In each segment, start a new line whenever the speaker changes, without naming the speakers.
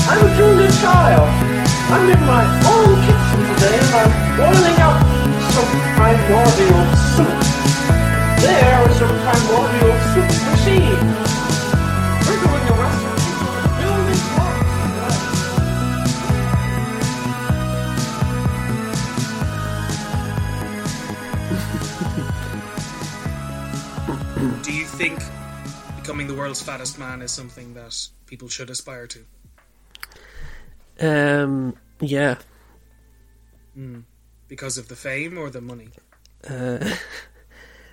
a child. I'm in my own kitchen today and I'm boiling up some primordial soup. There is a primordial soup machine. We're doing a recipe for a building block.
Do you think becoming the world's fattest man is something that people should aspire to?
Um, yeah.
Because of the fame or the money?
Uh,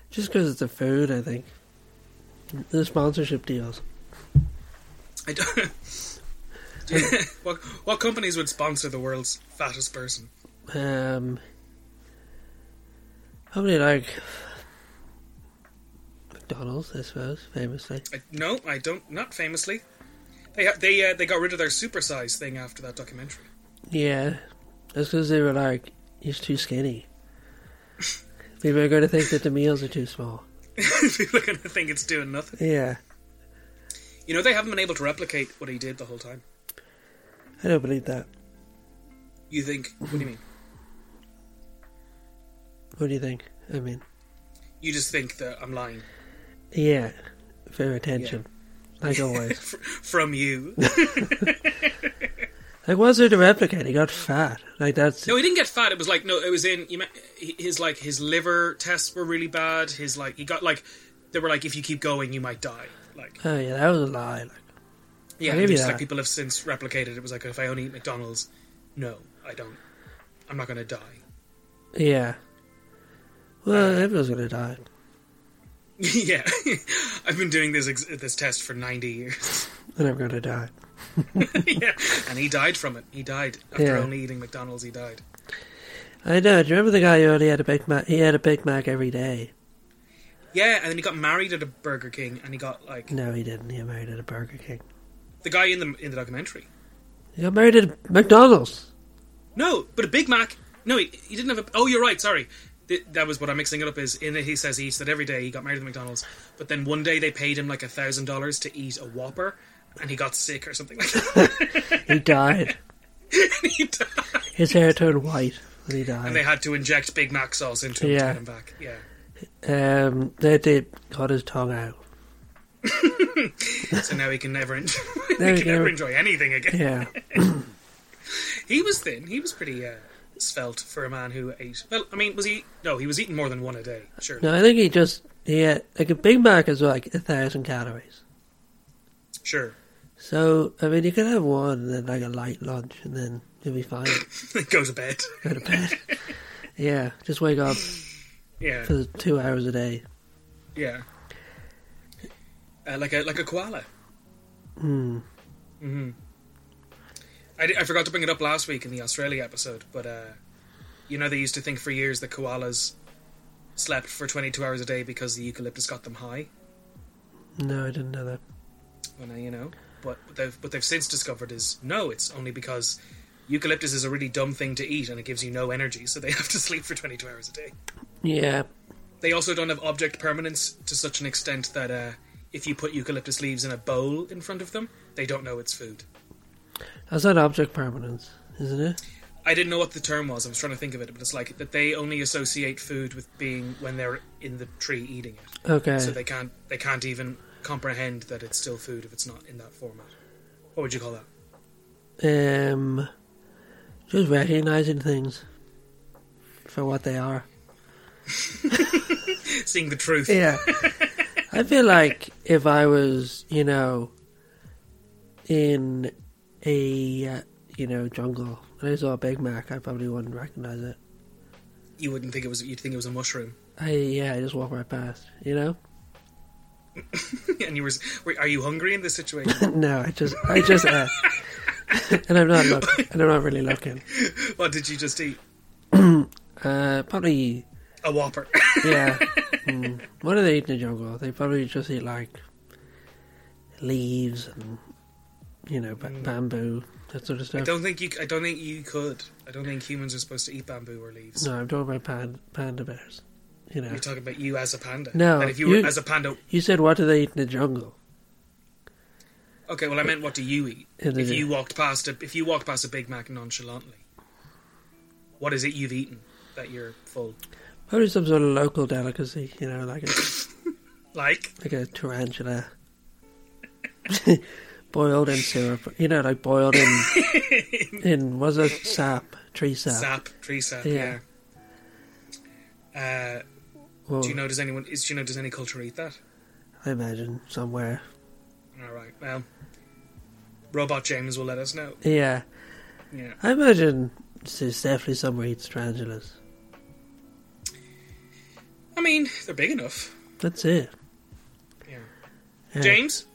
just because it's the food, I think. The sponsorship deals.
I don't. Do you- what, what companies would sponsor the world's fattest person?
Um, probably like McDonald's, I suppose, famously.
I, no, I don't. Not famously. They ha- they uh, they got rid of their supersize thing after that documentary.
Yeah, that's because they were like, he's too skinny. People are going to think that the meals are too small.
People are going to think it's doing nothing.
Yeah,
You know they haven't been able to replicate what he did the whole time.
I don't believe that.
You think? What do you mean?
What do you think? I mean,
You just think that I'm lying
yeah, fair attention, like always.
F- from you.
Like, what's there to replicate? He got fat. Like, that's.
No, he didn't get fat. It was like no, it was in you ma- his like his liver tests were really bad. His like he got like they were like if you keep going you might die. Like
Oh, yeah, that was a lie. Like,
yeah,
I'll give you
just
that.
like people have since replicated. It was like if I only eat McDonald's, no, I don't. I'm not going to die.
yeah. Well, everyone's going to die.
yeah, I've been doing this ex- this test for 90 years.
And I'm going to die.
yeah, and he died from it. He died after
Yeah.
only eating McDonald's. He died.
I know. Do you remember the guy who only had a Big Mac? He had a Big Mac every day.
Yeah, and then he got married at a Burger King, and he got like
No, he didn't. He got married at a Burger King.
the guy in the in the documentary.
He got married at McDonald's.
No, but a Big Mac. No, he, he didn't have a. Oh, you're right. Sorry, Th- that was what I'm mixing it up. Is in it he says he eats that every day. He got married at McDonald's, but then one day they paid him like a thousand dollars to eat a Whopper, and he got sick or something like that.
He died.
and, he died.
His hair turned white when he
And they
died.
had to inject Big Mac sauce into him to
Yeah.
get him back. Yeah,
um, they, they cut his tongue out.
so now he can never, en- he
There we
can never
go.
enjoy anything again.
Yeah.
He was thin. He was pretty uh, svelte for a man who ate. Well, I mean, was he? No, he was eating more than one a day. Sure.
No, I think he just. He had, like, a Big Mac is like a thousand calories.
Sure.
So, I mean, you could have one and then, like, a light lunch, and then you'll be fine.
Go to bed.
Go to bed. yeah, just wake up
Yeah.
for two hours a day.
Yeah. Uh, like a like a koala. Mm-hmm.
Hmm.
I, di- I forgot to bring it up last week in the Australia episode, but uh, you know they used to think for years that koalas slept for 22 hours a day because the eucalyptus got them high.
No, I didn't know that.
Well, now you know. But what they've what they've since discovered is no, it's only because eucalyptus is a really dumb thing to eat and it gives you no energy, so they have to sleep for 22 hours a day.
Yeah.
They also don't have object permanence to such an extent that uh, if you put eucalyptus leaves in a bowl in front of them, they don't know it's food.
That's not object permanence, isn't it?
I didn't know what the term was. I was trying to think of it, but it's like that they only associate food with being when they're in the tree eating it,
Okay.
so they can't they can't even comprehend that it's still food if it's not in that format. What would you call that?
um, just recognizing things for what they are.
Seeing the truth.
Yeah. I feel like if I was, you know, in a, uh, you know, jungle and I saw a Big Mac, I probably wouldn't recognize it.
You wouldn't think it was. You'd think it was a mushroom.
I, yeah, I just walk right past, you know?
and you were, s- were. Are you hungry in this situation?
no, I just, I just, uh, and I'm not looking, and I'm not really looking.
what did you just eat?
Uh, probably,
A whopper.
yeah. Mm. What do they eat in the jungle? They probably just eat like leaves and you know ba- bamboo, that sort of
Hmm. I
stuff.
don't think you. I don't think you could. I don't think humans are supposed to eat bamboo or leaves.
No, I'm talking about pan- panda bears. You know,
You're talking about you as a panda.
No,
And if you were
you-
as a panda,
you said what do they eat in the jungle?
Okay, well, I meant what do you eat?
Yeah, they
If
do.
you walked past a if you walked past a Big Mac nonchalantly, what is it you've eaten that you're full?
Probably some sort of local delicacy, you know, like a,
Like,
like a tarantula. boiled in syrup, you know, like boiled in in was it sap, tree sap.
sap, tree sap.
Yeah.
Yeah. Uh,
Well,
do you know? Does anyone? Is do you know? Does any culture eat that?
I imagine somewhere.
All right. Well, Robot James will let us know.
Yeah,
Yeah.
I imagine there's definitely somewhere eats tarantulas.
I mean, they're big enough.
That's it.
Yeah.
Yeah.
James.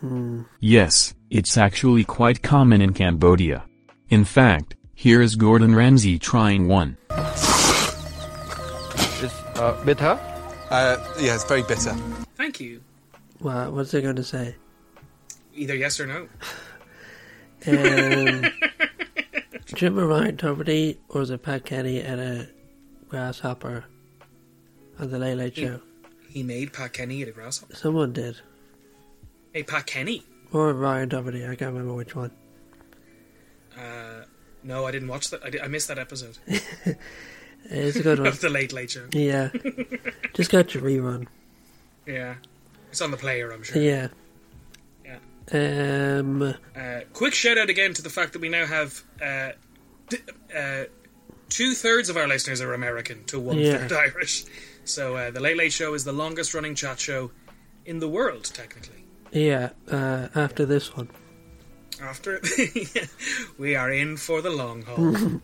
Hmm.
Yes, it's actually quite common in Cambodia. In fact, here is Gordon Ramsay trying one.
It's uh, bitter.
Uh, yeah, it's very bitter.
Thank you.
Well, what's they going to say?
Either yes or no.
Um, Jim Ryan Doherty or was it Pat Kenny and a grasshopper on the Late Late Show?
He made Pat Kenny eat a grasshopper.
Someone did.
Hey, Pat Kenny.
Or Ryan Doherty, I can't remember which one.
Uh, no, I didn't watch that. I, di- I missed that episode
It's a good one.
of the Late Late Show.
Yeah. Just got your rerun.
Yeah. It's on the player, I'm sure.
Yeah. Um,
Uh, quick shout out again to the fact that we now have uh, d- uh, two thirds of our listeners are American to one
Yeah.
third Irish. So uh, the Late Late Show is the longest running chat show in the world, technically.
yeah, uh, after this one.
After we are in for the long haul.
Have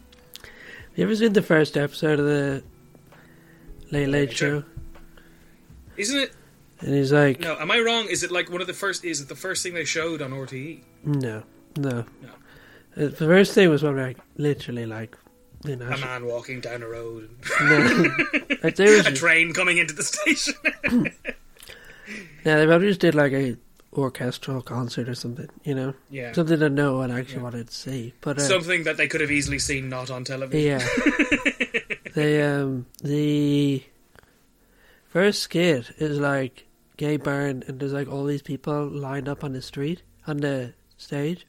you ever seen the first episode of the Late Late
Sure.
Show?
Isn't it?
And he's like,
No, am I wrong? Is it like one of the first? Is it the first thing they showed on E? RTE?
no, no. Uh, The first thing was when we like, literally like, you know,
A man walking down a road,
like, they was
a train coming into the station.
Yeah, they probably just did like a orchestral concert or something, you know,
yeah,
something that no one actually wanted to see. But uh,
something that they could have easily seen not on television.
yeah, the uh, um the first skit is like gay barn, and there's like all these people lined up on the street on the stage,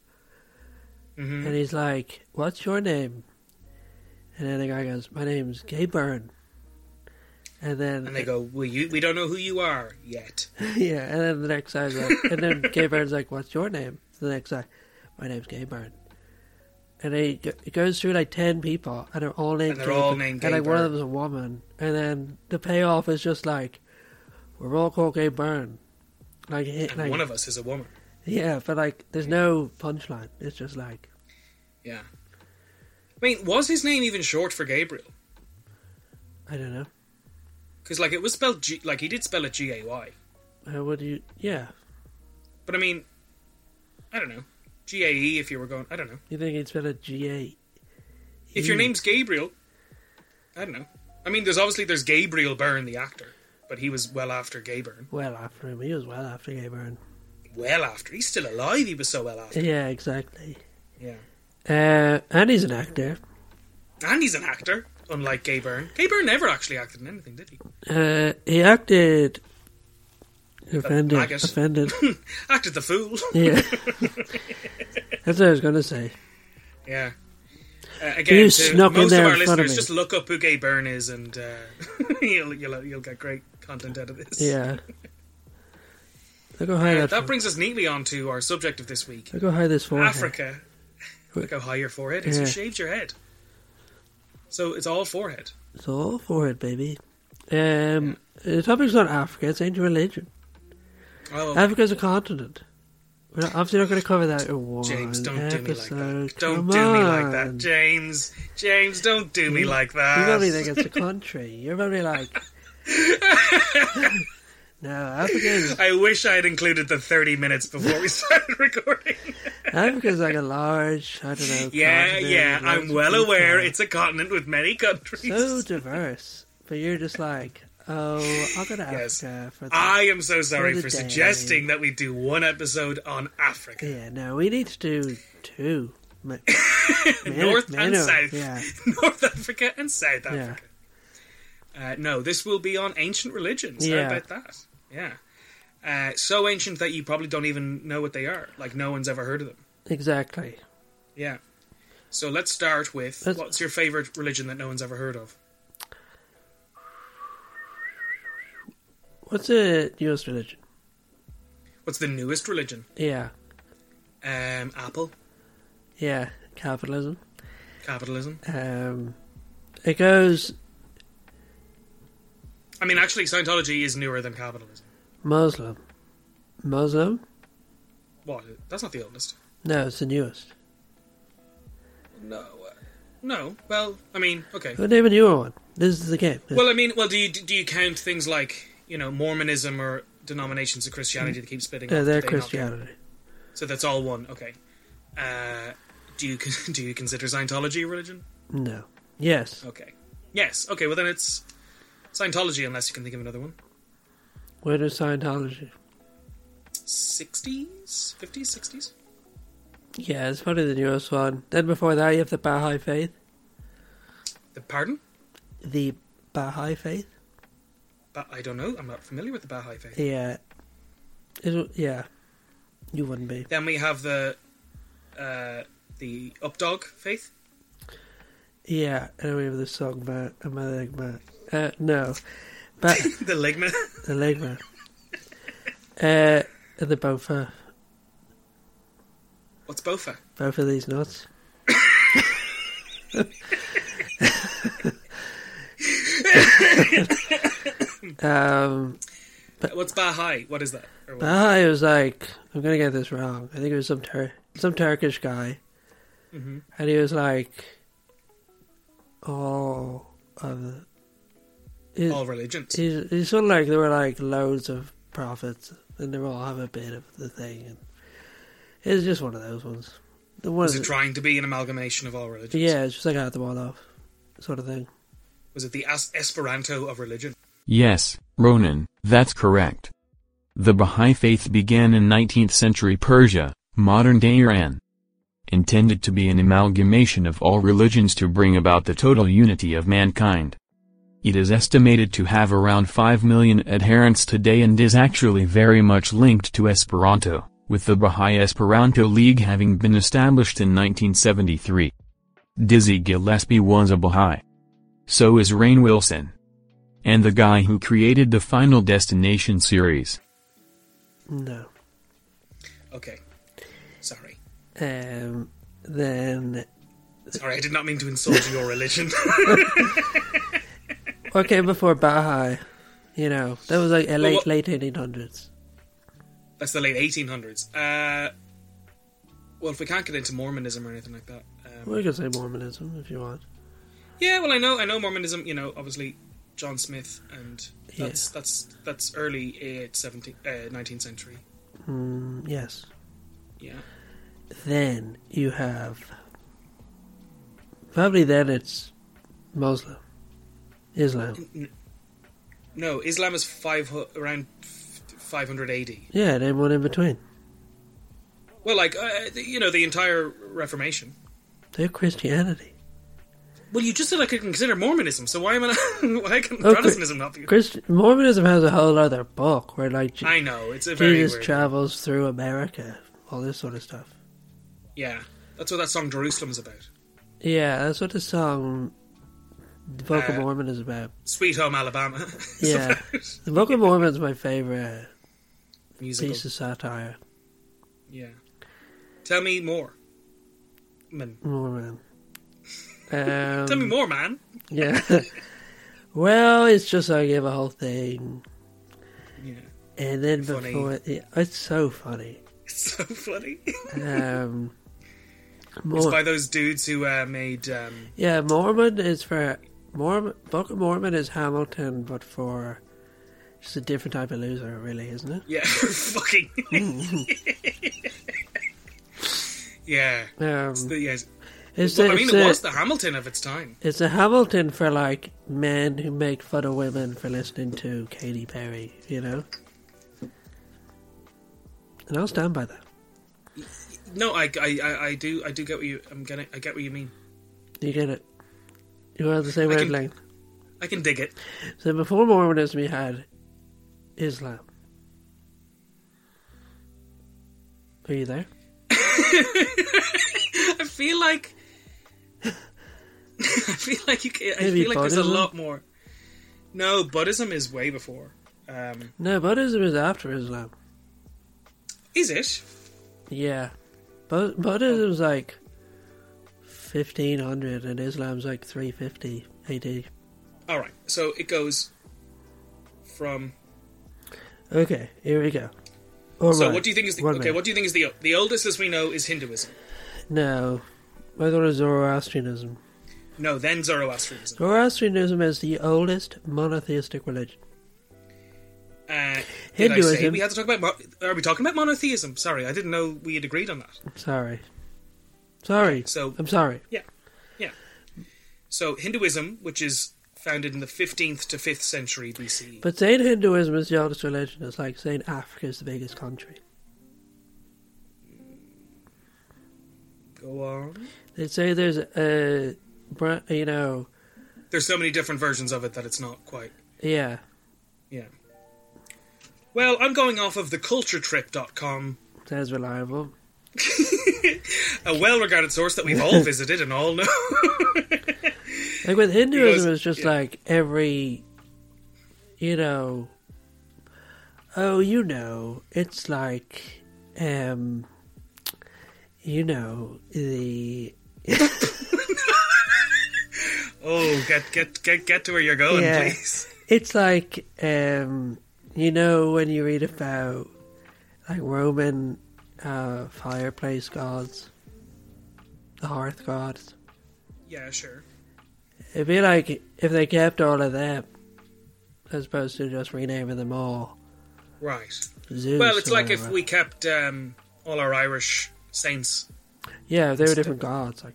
Mhm.
and he's like, "What's your name?" And then the guy goes, "My name's Gay Byrne." And then
And they go, "Well, you, we don't know who you are yet."
Yeah, and then the next guy's like, and then Gay Byrne's like, "What's your name?" The next guy, "My name's Gay Byrne." And he go- it goes through like ten people, and they're all
And
named.
they're
Gay
all
Byrne.
named
And
Gay
like one of
Byrne.
them's a woman, and then the payoff is just like, "We're all called Gay Byrne." Like, hit,
And
like
one of us is a woman.
yeah, but like, there's no punchline. It's just like,
Yeah. I mean, was his name even short for Gabriel?
I don't know.
Because like it was spelled G, like he did spell it G A Y.
How would Uh, you? Yeah,
But I mean, I don't know. G A E if you were going, I don't know.
you think he'd spell it G A?
If your name's Gabriel, I don't know. I mean, there's obviously there's Gabriel Byrne, the actor, but he was well after Gay Byrne.
Well after him, he was well after Gay Byrne.
Well after. He's still alive. He was so well after.
Yeah, exactly.
Yeah.
Uh, and he's an actor.
And he's an actor, unlike Gay Byrne. Gay Byrne never actually acted in anything, did he?
Uh, he acted offended.
maggot.
Offended.
Acted the fool.
Yeah, that's what I was gonna say.
Yeah. Uh, again,
You
to
snuck in
most
there
of our
in front of
listeners,
me.
just look up who Gay Byrne is, and uh, you'll, you'll you'll get great content out of this.
Yeah. Look how er- high
Uh,
that.
that
That
brings us neatly on to our subject of this week:
Look how high this forehead.
Africa. Look how high your forehead is. You
Yeah.
shaved your head, so it's all forehead.
It's all forehead, baby. Um, the topic's not Africa. It's ancient religion.
Oh,
Africa's a continent. We're not, obviously not going to cover that in one
James, don't
episode.
do me like that. Don't
Come
do me like
on.
that, James. James, don't do me like
You
that.
probably think it's a country. You're probably like, no, Africa is
I wish I had included the thirty minutes before we started recording.
Africa's like a large, I don't know.
Yeah,
continent
yeah,
with loads
I'm
of
well aware
people.
it's a continent with many countries.
so diverse, but you're just like, oh, I'll go to
Yes.
Africa for that.
I am so sorry
the
for
day.
suggesting that we do one episode on Africa,
Yeah, no, we need to do two. Ma- man-
North and
man-
South.
Yeah,
North Africa and South
yeah.
Africa. Uh, no, this will be on ancient religions.
Yeah.
How about that? Yeah. uh, so ancient that you probably don't even know what they are. Like no one's ever heard of them.
Exactly.
Yeah. So let's start with
Let's-
what's your favorite religion that no one's ever heard of?
What's the newest religion?
What's the newest religion?
Yeah.
Um, Apple,
Yeah. Capitalism.
capitalism.
Um, it goes
I mean, actually, Scientology is newer than capitalism.
Muslim. Muslim?
What? That's not the oldest.
No, it's the newest.
No. uh, No. Well, I mean, okay.
Well, name a newer one. This is the game.
Well, I mean, well, do you do you count things like you know Mormonism or denominations of Christianity that keep splitting?
yeah,
off?
they're
Do they not count?
uh, Christianity.
So that's all one. Okay. Uh, do you con- do you consider Scientology a religion?
No. Yes.
Okay. Yes. Okay. Well, then it's Scientology, unless you can think of another one.
Where does Scientology?
Sixties, fifties, sixties.
Yeah, it's probably the newest one. Then before that, you have the Baha'i Faith.
The pardon?
The Baha'i Faith?
Ba- I don't know. I'm not familiar with the Baha'i faith.
Yeah. It, yeah. You wouldn't be.
Then we have the uh, the updog faith.
Yeah, and we have the song about a leg man. Uh, no, but
The ligma.
the leg man. Uh, and the both are
What's Bofa?
both of these nuts. um,
What's Baha'i? What is that? Or what-
Baha'i Ah, was like, I'm gonna get this wrong. I think it was some Tur- some Turkish guy,
Mm-hmm.
and he was like, all of the, it-
All religions.
He's, he's sort of like there were like loads of prophets, and they all have a bit of the thing. And it's just one of those ones. The one
Was it trying to be an amalgamation of all religions?
yeah, it's just like out them all off, sort of thing.
Was it the As- Esperanto of religion?
Yes, Ronan, that's correct. The Baha'i faith began in 19th century Persia, modern day Iran. Intended to be an amalgamation of all religions to bring about the total unity of mankind. It is estimated to have around 5 million adherents today and is actually very much linked to Esperanto, with the Baha'i Esperanto League having been established in 1973. Dizzy Gillespie was a Baha'i. So is Rain Wilson and the guy who created the Final Destination series.
No.
Okay. Sorry.
Um. Then
Sorry, I did not mean to insult your religion.
okay, before Baha'i, you know that was like uh, late
what-
late eighteen hundreds.
That's the late 1800s. Uh, well, if we can't get into Mormonism or anything like that. Um,
We could say Mormonism if you want.
yeah, well, I know, I know Mormonism. You know, obviously John Smith, and that's that's that's early uh, 17, uh, 19th century.
Mm, yes.
Yeah.
Then you have probably then it's Muslim, Islam.
No, Islam is five hu- around f- 500 AD.
Yeah, and everyone in between.
Well, like uh, the- you know, the entire Reformation.
They're Christianity.
Well, you just said I could consider Mormonism, so why am I? why can
Oh, Chri-
Protestantism not be?
Christ- Mormonism has a whole other book where like Je-
I know it's a very
Jesus
weird.
travels through America, all this sort of stuff.
yeah, that's what that song Jerusalem's about.
Yeah, that's what the song "The Book of
Uh,
Mormon" is about.
Sweet Home Alabama. is
Yeah,
about
the Book of Mormon is my favorite
musical.
piece of satire.
Yeah. Tell me more. Man.
Mormon.
Tell me
Um,
more, man.
yeah. well, it's just I give a whole thing,
Yeah.
and then
Funny.
before yeah, it's so funny.
It's so funny.
Um,
it's
Mor-
by those dudes who uh, made. Um,
Yeah, Mormon is for Mormon. Book of Mormon is Hamilton, but for just a different type of loser, really, isn't it?
yeah, fucking. yeah.
Um,
It's the, yes.
it's,
Well,
a,
I mean,
it's, uh,
it was
a,
the Hamilton of its time.
it's a Hamilton for like men who make fun of women for listening to Katy Perry, you know. And I'll stand by that.
No, I, I, I, I do, I do get what you. I'm getting. I get what you mean.
You get it. You are the same
I can-
wavelength.
I can dig it.
So before Mormonism, we had Islam. Are you there?
I feel like I feel like you. Can, I
Maybe
feel like there's a
Buddhism?
lot more. No, Buddhism is way before. Um,
No, Buddhism is after Islam.
is it?
Yeah, but Buddhism's like fifteen hundred, and Islam's like three fifty AD.
All right. So it goes from.
Okay, here we go. All
So
right,
what do you think is the
one
okay?
minute.
What do you think is the the oldest as we know is Hinduism?
No, I thought it was Zoroastrianism.
No, then Zoroastrianism.
Zoroastrianism is the oldest monotheistic religion.
Uh, did I say
Hinduism.
we had to talk about? Mo- are we talking about monotheism? Sorry, I didn't know we had agreed on that.
I'm sorry, sorry.
so-
I'm sorry.
So Hinduism, which is founded in the 15th to 5th century BCE.
But saying Hinduism is the oldest religion is like saying Africa is the biggest country.
Go on.
They say there's a, bra- you know,
There's so many different versions of it that it's not quite.
yeah.
Yeah. Well, I'm going off of theculturetrip.com,
Sounds reliable.
a well-regarded source that we've all visited and all know.
Like with Hinduism,
Because-
it's just
yeah.
like every, you know. Oh, you know, it's like, um, you know, the
oh, get get get get to where you're going,
Yeah.
please.
it's like, um, you know, when you read about like Roman uh, fireplace gods, the hearth gods.
Yeah, sure.
It'd be like if they kept all of them, as opposed to just renaming them all.
Right.
Zeus
Well, it's
or
like if
whatever.
we kept um, all our Irish saints.
Yeah, if they were different gods. Like,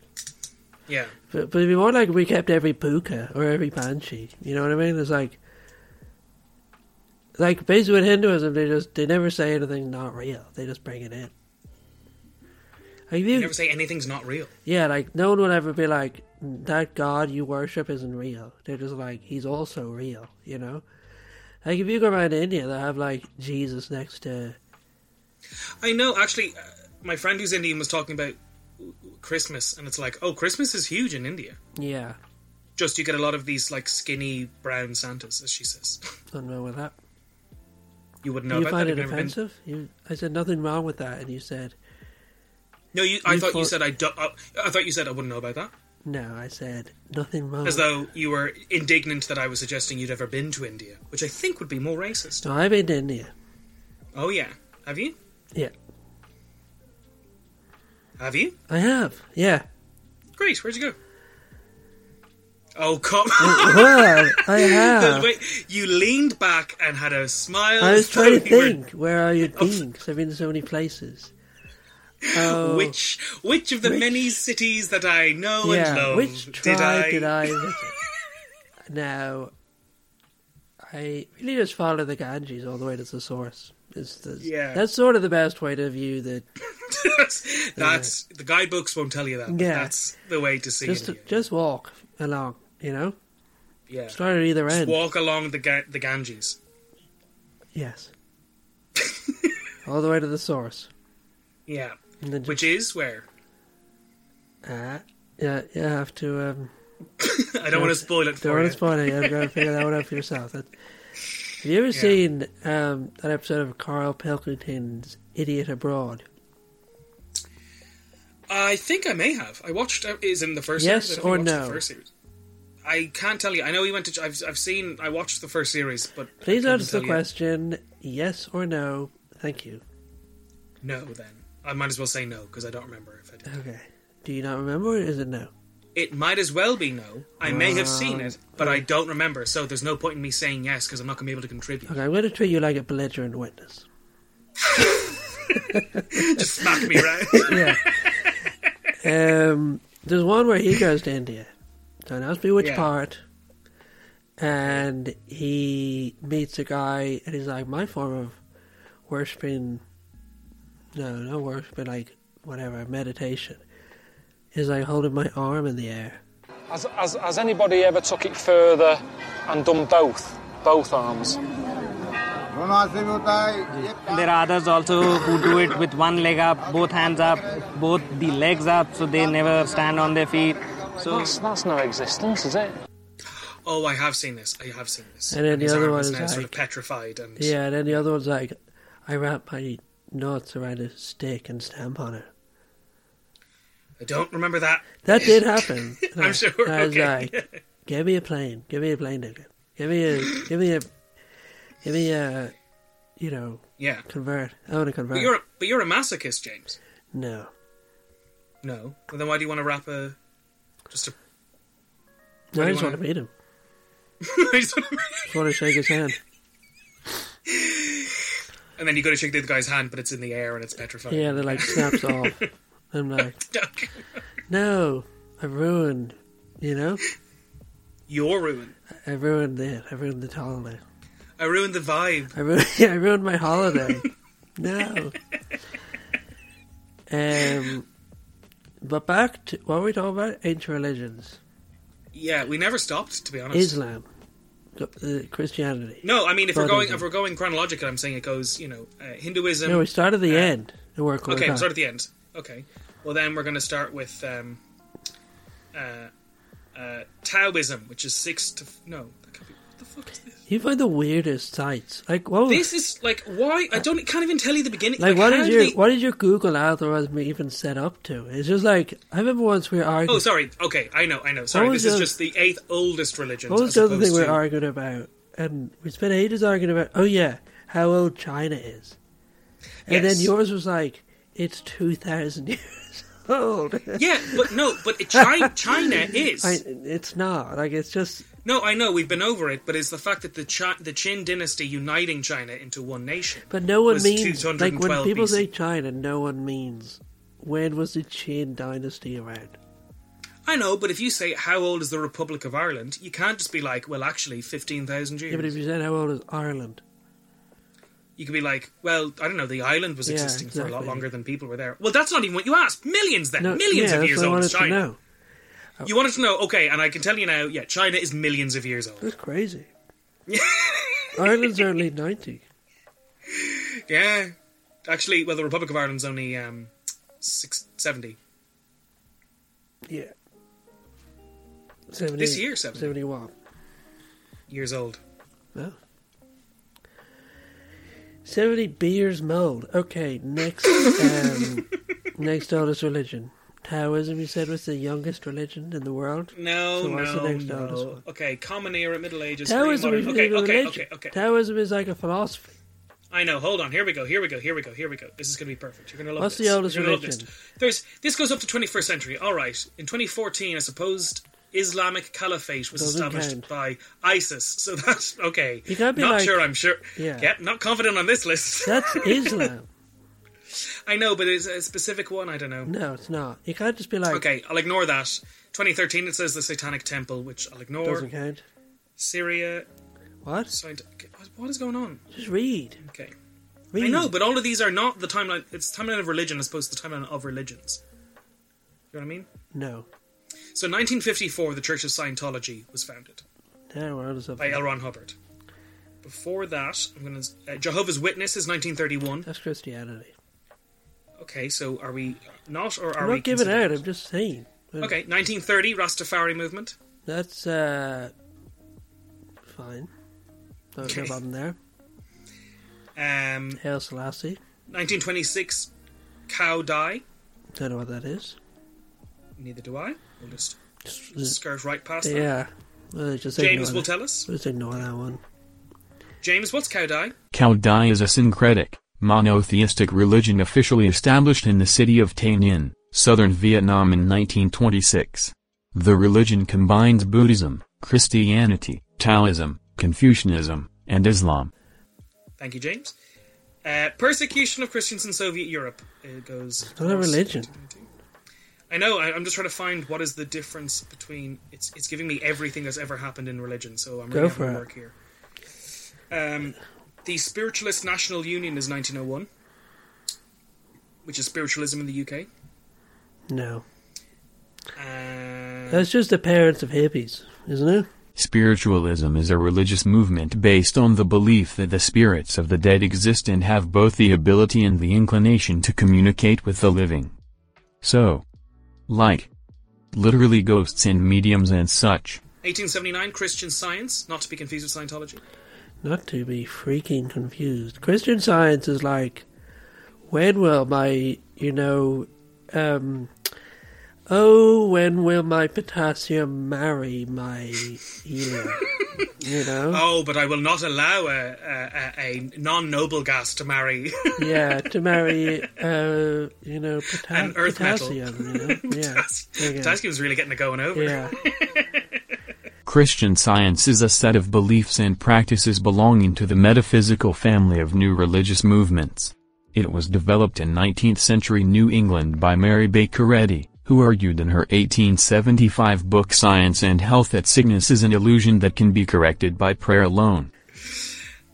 Yeah.
but, but it'd be more like we kept every puka or every banshee. You know what I mean? It's like, like basically with Hinduism, they just they never say anything not real. They just bring it in. Like
You
you,
never say anything's not real.
yeah, like no one will ever be like that god you worship isn't real. They're just like he's also real. You know, like if you go around India, they have like Jesus next to
I know, actually, uh, my friend who's Indian was talking about Christmas, and it's like, oh, Christmas is huge in India.
yeah.
Just you get a lot of these like skinny brown Santas, as she says.
I don't know with that.
You wouldn't know
you
about
find
that.
it
You've never been-
offensive? You, I said nothing wrong with that, and you said
No, you, I
You
thought you
thought-
said I. Do, uh, I thought you said I wouldn't know about that,
no. I said nothing wrong.
as though you were indignant that I was suggesting you'd ever been to India, which I think would be more racist.
So I've been to India.
Oh yeah, have you?
Yeah,
Have you?
I have. Yeah.
Great. Where'd you go? Oh come!
well, I have.
Wait, you leaned back and had a smile.
I
as
was trying to
though you were-
think. Where are you being? 'Cause I've been to so many places. Oh,
Which which of the
Which-
many cities that I know
yeah.
and love
which
did
tribe
I?
did I? visit? now, I really just follow the Ganges all the way to the source. It's the,
Yeah.
That's sort of the best way to view the
that's, that's- the guidebooks won't tell you that. but
Yeah.
that's the way to see
just
India.
just walk along. You know,
yeah.
start at either
Just
end.
walk along the Ga- the Ganges.
Yes. All the way to the source.
Yeah,
And then
which
just,
is where
uh, yeah, you have to. Um,
I don't want to spoil it
don't
for
want
you.
to spoil it. You've got to figure that one out for yourself. That, have you ever seen um, that episode of Carl Pilkington's Idiot Abroad?
I think I may have. I watched uh, is in the first
Yes
series. I don't
or
think I watched
no?
The first series. I can't tell you. I know he went to. ch- I've, I've seen. I watched the first series, but I
Please
couldn't
answer
tell
the
you.
question yes or no. Thank you.
No, then I might as well say no because I don't remember if I did.
Okay. Do you not remember or is it no?
It might as well be no. I may
Ah,
have seen it, but I don't remember. So there's no point in me saying yes because I'm not going to be able to contribute.
Okay, I'm going to treat you like a belligerent witness.
Just smack me right.
Yeah. um, there's one where he goes to India. Don't ask me which
Yeah.
part. And he meets a guy, and he's like, my form of worshipping, no, not worshipping, like, whatever, meditation, is like holding my arm in the air.
Has, has, has anybody ever took it further and done both? Both arms? मुनासिब होता है ये
There are others also who do it with one leg up, both hands up, both the legs up, so they never stand on their feet. So
That's, that's no existence, is it?
Oh, I have seen this. I have seen this.
And then the
his
other
arm
one
is
is
now sort of
like-
petrified and
Yeah, and then the other one's like, I wrap my nuts around a stick and stamp on it.
I don't remember that.
That did happen.
I'm sure,
And I was
okay.
like, give me a plane. Give me a plane ticket. Give me a, give me a, give me a, you know,
Yeah.
convert. I want to convert.
But you're a, but you're a masochist, James.
no.
No. Well, then why do you want to wrap a just a do
No, I
you
just want
wanna-
to meet him.
I just wanna-
just want to shake his hand.
and then you go to shake the other guy's hand, but it's in the air and it's petrified.
Yeah, they're like snaps off. I'm like,
Duck.
no, I ruined, you know?
You're ruined.
I ruined it. I ruined the holiday.
I ruined the vibe.
I ruined, I ruined my holiday. no. Um, but back to what were we talking about? Ancient religions.
Yeah, we never stopped to be honest.
Islam, uh, Christianity.
No, I mean if we're going
Buddhism.
if we're going chronological, I'm saying it goes you know uh, Hinduism.
No, we start at the
uh,
end and work our way
okay, we
back.
start at the end. Okay, well then we're going to start with um, uh, uh, Taoism, which is six to f- no. That can't be, what the fuck is this?
You find the weirdest sites. Like what? Was,
This is like why I don't can't even tell you the beginning.
like, what
how
did
do
your
they-
what did your Google algorithm even set up to? It's just like I remember once we were arguing.
Oh, sorry. Okay, I know, I know. Sorry,
was
this is
the-
just the eighth oldest religion.
what was the other thing we were arguing about? And we spent ages arguing about. Oh yeah, how old China is, and
Yes.
then yours was like it's two thousand years old.
Yeah, but no, but it, China, China is.
I, it's not like it's just
No, I know we've been over it, but it's the fact that the Chi- the Qin dynasty uniting China into one nation.
But no one
was
means like
212
when people
BC.
say China, no one means when was the Qin dynasty around?
I know, but if you say how old is the Republic of Ireland, you can't just be like, well, actually, fifteen thousand years.
Even if you said how old is Ireland,
you could be like, well, I don't know, the island was
Yeah,
existing for a lot
exactly.
longer than people were there. Well, that's not even what you asked. Millions then,
no,
millions
yeah,
of
that's
years
what I
old
wanted
is China.
to know.
You wanted to know, okay, and I can tell you now, yeah, China is millions of years old.
That's crazy. Ireland's only ninety.
Yeah, actually, well, the Republic of Ireland's only um, six seventy.
Yeah. 70,
This year, 70.
seventy-one.
years old.
Wow. Seventy beers mold. Okay, next, um, next oldest religion. Taoism, you said, was the youngest religion in the world.
No,
So what's the
no,
next oldest
no.
one?
Okay, Common Era, Middle Ages, Free
Taoism
Modern.
is
Okay,
a
okay,
religion.
okay, okay.
Taoism is like a philosophy.
I know. Hold on. Here we go. Here we go. Here we go. Here we go. This is going to be perfect. You're going to love
What's
this.
the oldest
You're gonna love
religion?
This. There's this goes up to 21st century. All right. In 2014, a supposed Islamic Caliphate was
Doesn't
established
count.
by ISIS. So that's okay.
You can't be
not
like-
sure. I'm sure.
Yeah.
Yep. Not confident on this list.
That's Islam.
I know, but there's a specific one. I don't know.
No, it's not. You can't just be like
Okay, I'll ignore that. 2013, it says the Satanic Temple, which I'll ignore.
doesn't count.
Syria,
What?
signed. What is going on?
Just read.
Okay.
Read.
I know, but all of these are not the timeline. It's timeline of religion as opposed to the timeline of religions. You know what I mean?
no.
So, 1954, the Church of Scientology was founded
Now we're onto something.
by L. Ron Hubbard. Before that, I'm going to uh, Jehovah's Witnesses, 1931.
That's Christianity.
Okay, so are we not, or are
I'm
we?
not giving out.
considered-
I'm just saying.
Okay, 1930, Rastafari movement.
That's uh, fine. Don't
Okay.
have a problem there.
Um,
Hail Selassie.
1926, cow die.
Don't know what that is.
Neither do I. We'll just
Just-
skirt right past that.
Yeah. Well, just
James
ignore
will
that.
tell us.
Just ignore that one.
James, what's cow die?
Cao is a syncretic, monotheistic religion officially established in the city of Thanh Ninh, southern Vietnam in 1926. The religion combines Buddhism, Christianity, Taoism, Confucianism, and Islam.
Thank you, James. Uh, persecution of Christians in Soviet Europe. It goes.
It's not a religion.
I know. I, I'm just trying to find what is the difference between. It's it's giving me everything that's ever happened in religion, so I'm
Go
really
for
having
it.
to work here. Um, the Spiritualist National Union is 1901, which is spiritualism in the UK.
No.
Uh,
That's just the parents of hippies, isn't it?
Spiritualism is a religious movement based on the belief that the spirits of the dead exist and have both the ability and the inclination to communicate with the living. So, like, literally ghosts and mediums and such.
1879 Christian Science, not to be confused with Scientology.
Not to be freaking confused. Christian science is like, when will my, you know, um, oh, when will my potassium marry my helium? you know?
Oh, but I will not allow a, a, a, a non noble gas to marry
Yeah, to marry, uh, you know, pota-
An earth metal.
potassium. You know? Yeah. There you go.
Potassium's really getting it going over.
Yeah.
Christian science is a set of beliefs and practices belonging to the metaphysical family of new religious movements. It was developed in 19th century New England by Mary Baker Eddy, who argued in her 1875 book Science and Health that sickness is an illusion that can be corrected by prayer alone.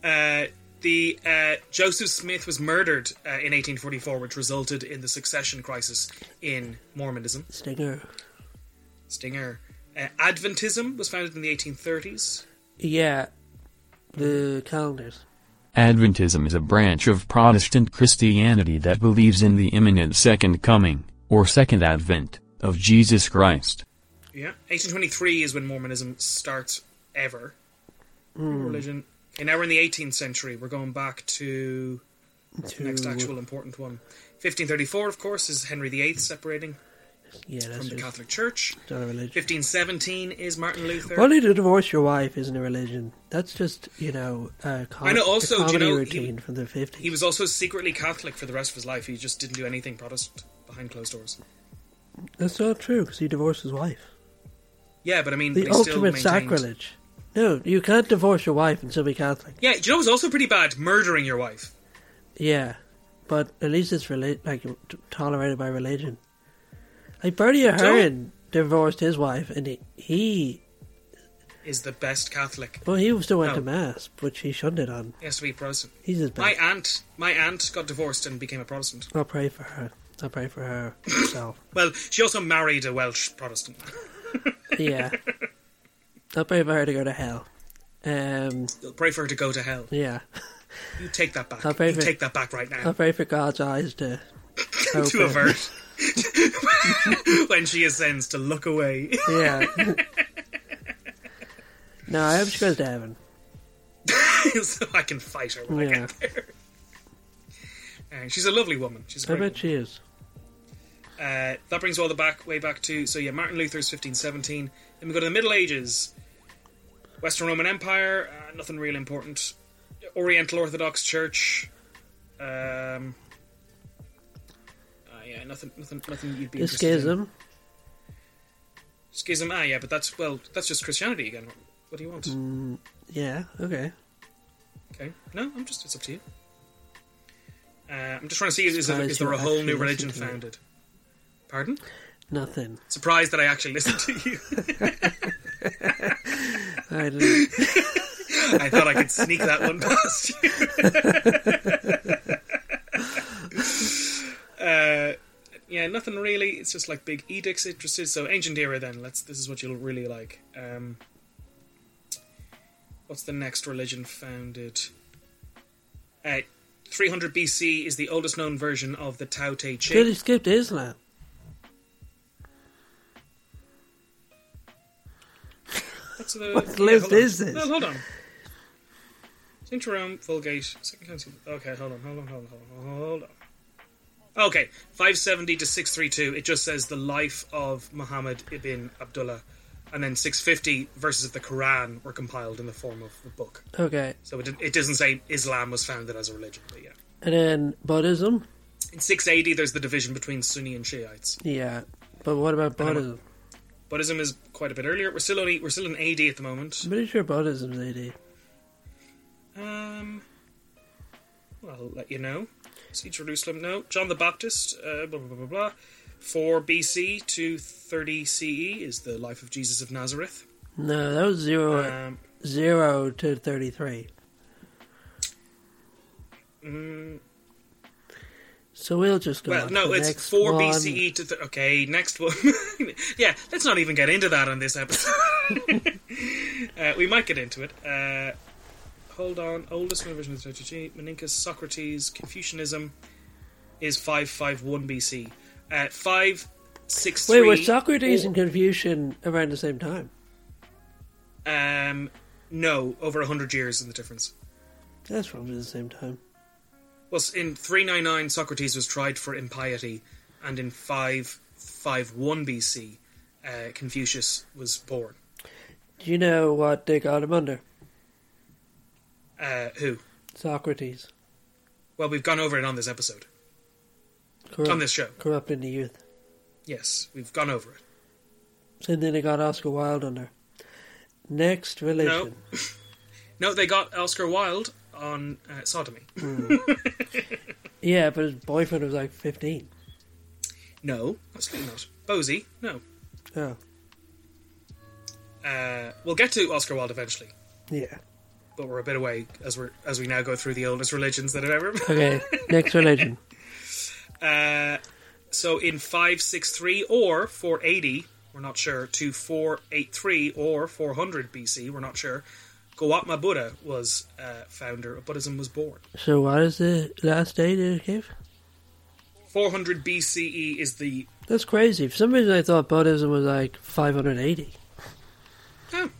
Uh, the uh, Joseph Smith was murdered uh, in 1844, which resulted in the succession crisis in Mormonism.
Stinger.
Stinger. Uh, Adventism was founded in the 1830s.
Yeah.
Mm-hmm.
The calendars.
Adventism is a branch of Protestant Christianity that believes in the imminent second coming, or second advent, of Jesus Christ.
Yeah, 1823 is when Mormonism starts ever.
Hmm.
Religion. Okay, now we're in the 18th century. We're going back to the next actual important one. 1534, of course, is Henry VIII separating
Yeah, that's
from the
just
Catholic Church.
not a religion.
1517 is Martin Luther.
Wanting to divorce your wife isn't a religion. That's just, you know, a, com-
I know, also,
a
do you
comedy
know, he-
routine from the 50s.
He was also secretly Catholic for the rest of his life. He just didn't do anything Protestant behind closed doors.
That's not true because he divorced his wife.
Yeah, but I mean,
The
but he still
ultimate
maintained-
sacrilege. No, you can't divorce your wife and still be Catholic.
Yeah, do you know what's also pretty bad? Murdering your wife.
Yeah, but at least it's rela- like t- tolerated by religion. Like Bertie Ahern divorced his wife, and he, he
Is the best Catholic.
well, he still went
No.
to mass, which he shunted on.
He has to be Protestant.
He's his
My
best.
aunt, my aunt got divorced and became a Protestant.
I'll pray for her. I'll pray for her herself.
Well, she also married a Welsh Protestant.
yeah, I'll pray for her to go to hell. Um,
You'll pray for her to go to hell.
yeah,
You take that back.
I'll pray
You
for-
take that back right
I'll uh,
now.
pray for God's eyes to
To avert. when she ascends to look away.
Yeah. no, I hope she goes to heaven.
so I can fight her when I
Yeah,
get there. And she's a lovely woman. She's a
Mm. I
great
bet she is.
Uh, that brings all the back way back to so yeah, Martin Luther's fifteen seventeen. Then we go to the Middle Ages, Western Roman Empire. Uh, nothing real important. Oriental Orthodox Church. Um, ah, yeah, nothing, nothing, nothing. You'd be
The
interested in.
schism.
Schism. Ah, yeah, but that's well, that's just Christianity again. What do you want?
Mm. Yeah. Okay.
Okay. No, I'm just. It's up to you. Uh, I'm just trying to see is, there,
Surprised
is there
you
a whole
actually
new religion
listened to me.
founded? Pardon?
Nothing.
Surprised that I actually listened to you.
I didn't.
I thought I could sneak that one past you. uh, yeah, nothing really. It's just like big edicts, interested. So ancient era. Then let's. This is what you'll really like. Um, what's the next religion founded? Uh, 300 BC is the oldest known version of the Tao Te
Should
Ching.
have skipped Islam.
That's the-
What
yeah,
list
hold on.
is this?
No, hold on. St. Jerome, Vulgate, Second Council. Okay, hold on, hold on, hold on, hold on, hold on. Okay, 570 to 632, it just says the life of Muhammad ibn Abdullah. And then 650 verses of the Quran were compiled in the form of a book.
Okay.
So it, did- it doesn't say Islam was founded as a religion, but yeah.
And then Buddhism.
In 680, there's the division between Sunni and Shiites.
Yeah. But what
And
about
then what-
Buddhism?
Buddhism is quite a bit earlier. We're still only we're still in AD at the moment.
I'm pretty sure Buddhism's AD.
Um, well, I'll let you know. See Jerusalem. No, John the Baptist. Uh, blah blah blah blah. blah. Four BC to thirty CE is the life of Jesus of Nazareth.
No, that was zero,
Um,
zero to thirty-three.
mm,
So we'll just go.
well,
on
no,
to the
it's
next
four E
one.
BCE to. Th- okay, next one. yeah, let's not even get into that on this episode. Uh, we might get into it. Uh, hold on. Oldest version of the Tetrarchy, Meninchus, Socrates, Confucianism is 551 BC. Uh, 563.
Wait, were Socrates and Confucian around the same time?
Um, no, over 100 years in the difference.
That's probably the same time.
Well, in 399, Socrates was tried for impiety, and in 551 BC, uh, Confucius was born.
Do you know what they got him under?
Uh, who?
Socrates.
Well, we've gone over it on this episode.
Corrupt,
On this show.
Corrupting the youth.
Yes, we've gone over it.
And then they got Oscar Wilde under. Next relation.
No, they got Oscar Wilde on uh, sodomy.
Yeah, but his boyfriend was like 15.
No, absolutely not. Bosie, no.
Oh,
Uh, we'll get to Oscar Wilde eventually,
yeah.
but we're a bit away as we are as we now go through the oldest religions that have ever.
Okay, next religion.
Uh, so in 563 or 480, we're not sure, to 483 or 400 BC, we're not sure, Gautama Buddha was uh, founder of Buddhism, was born.
So what is the last day that it gave?
400 BCE E is the.
That's crazy. For some reason I thought Buddhism was like 580.
Oh.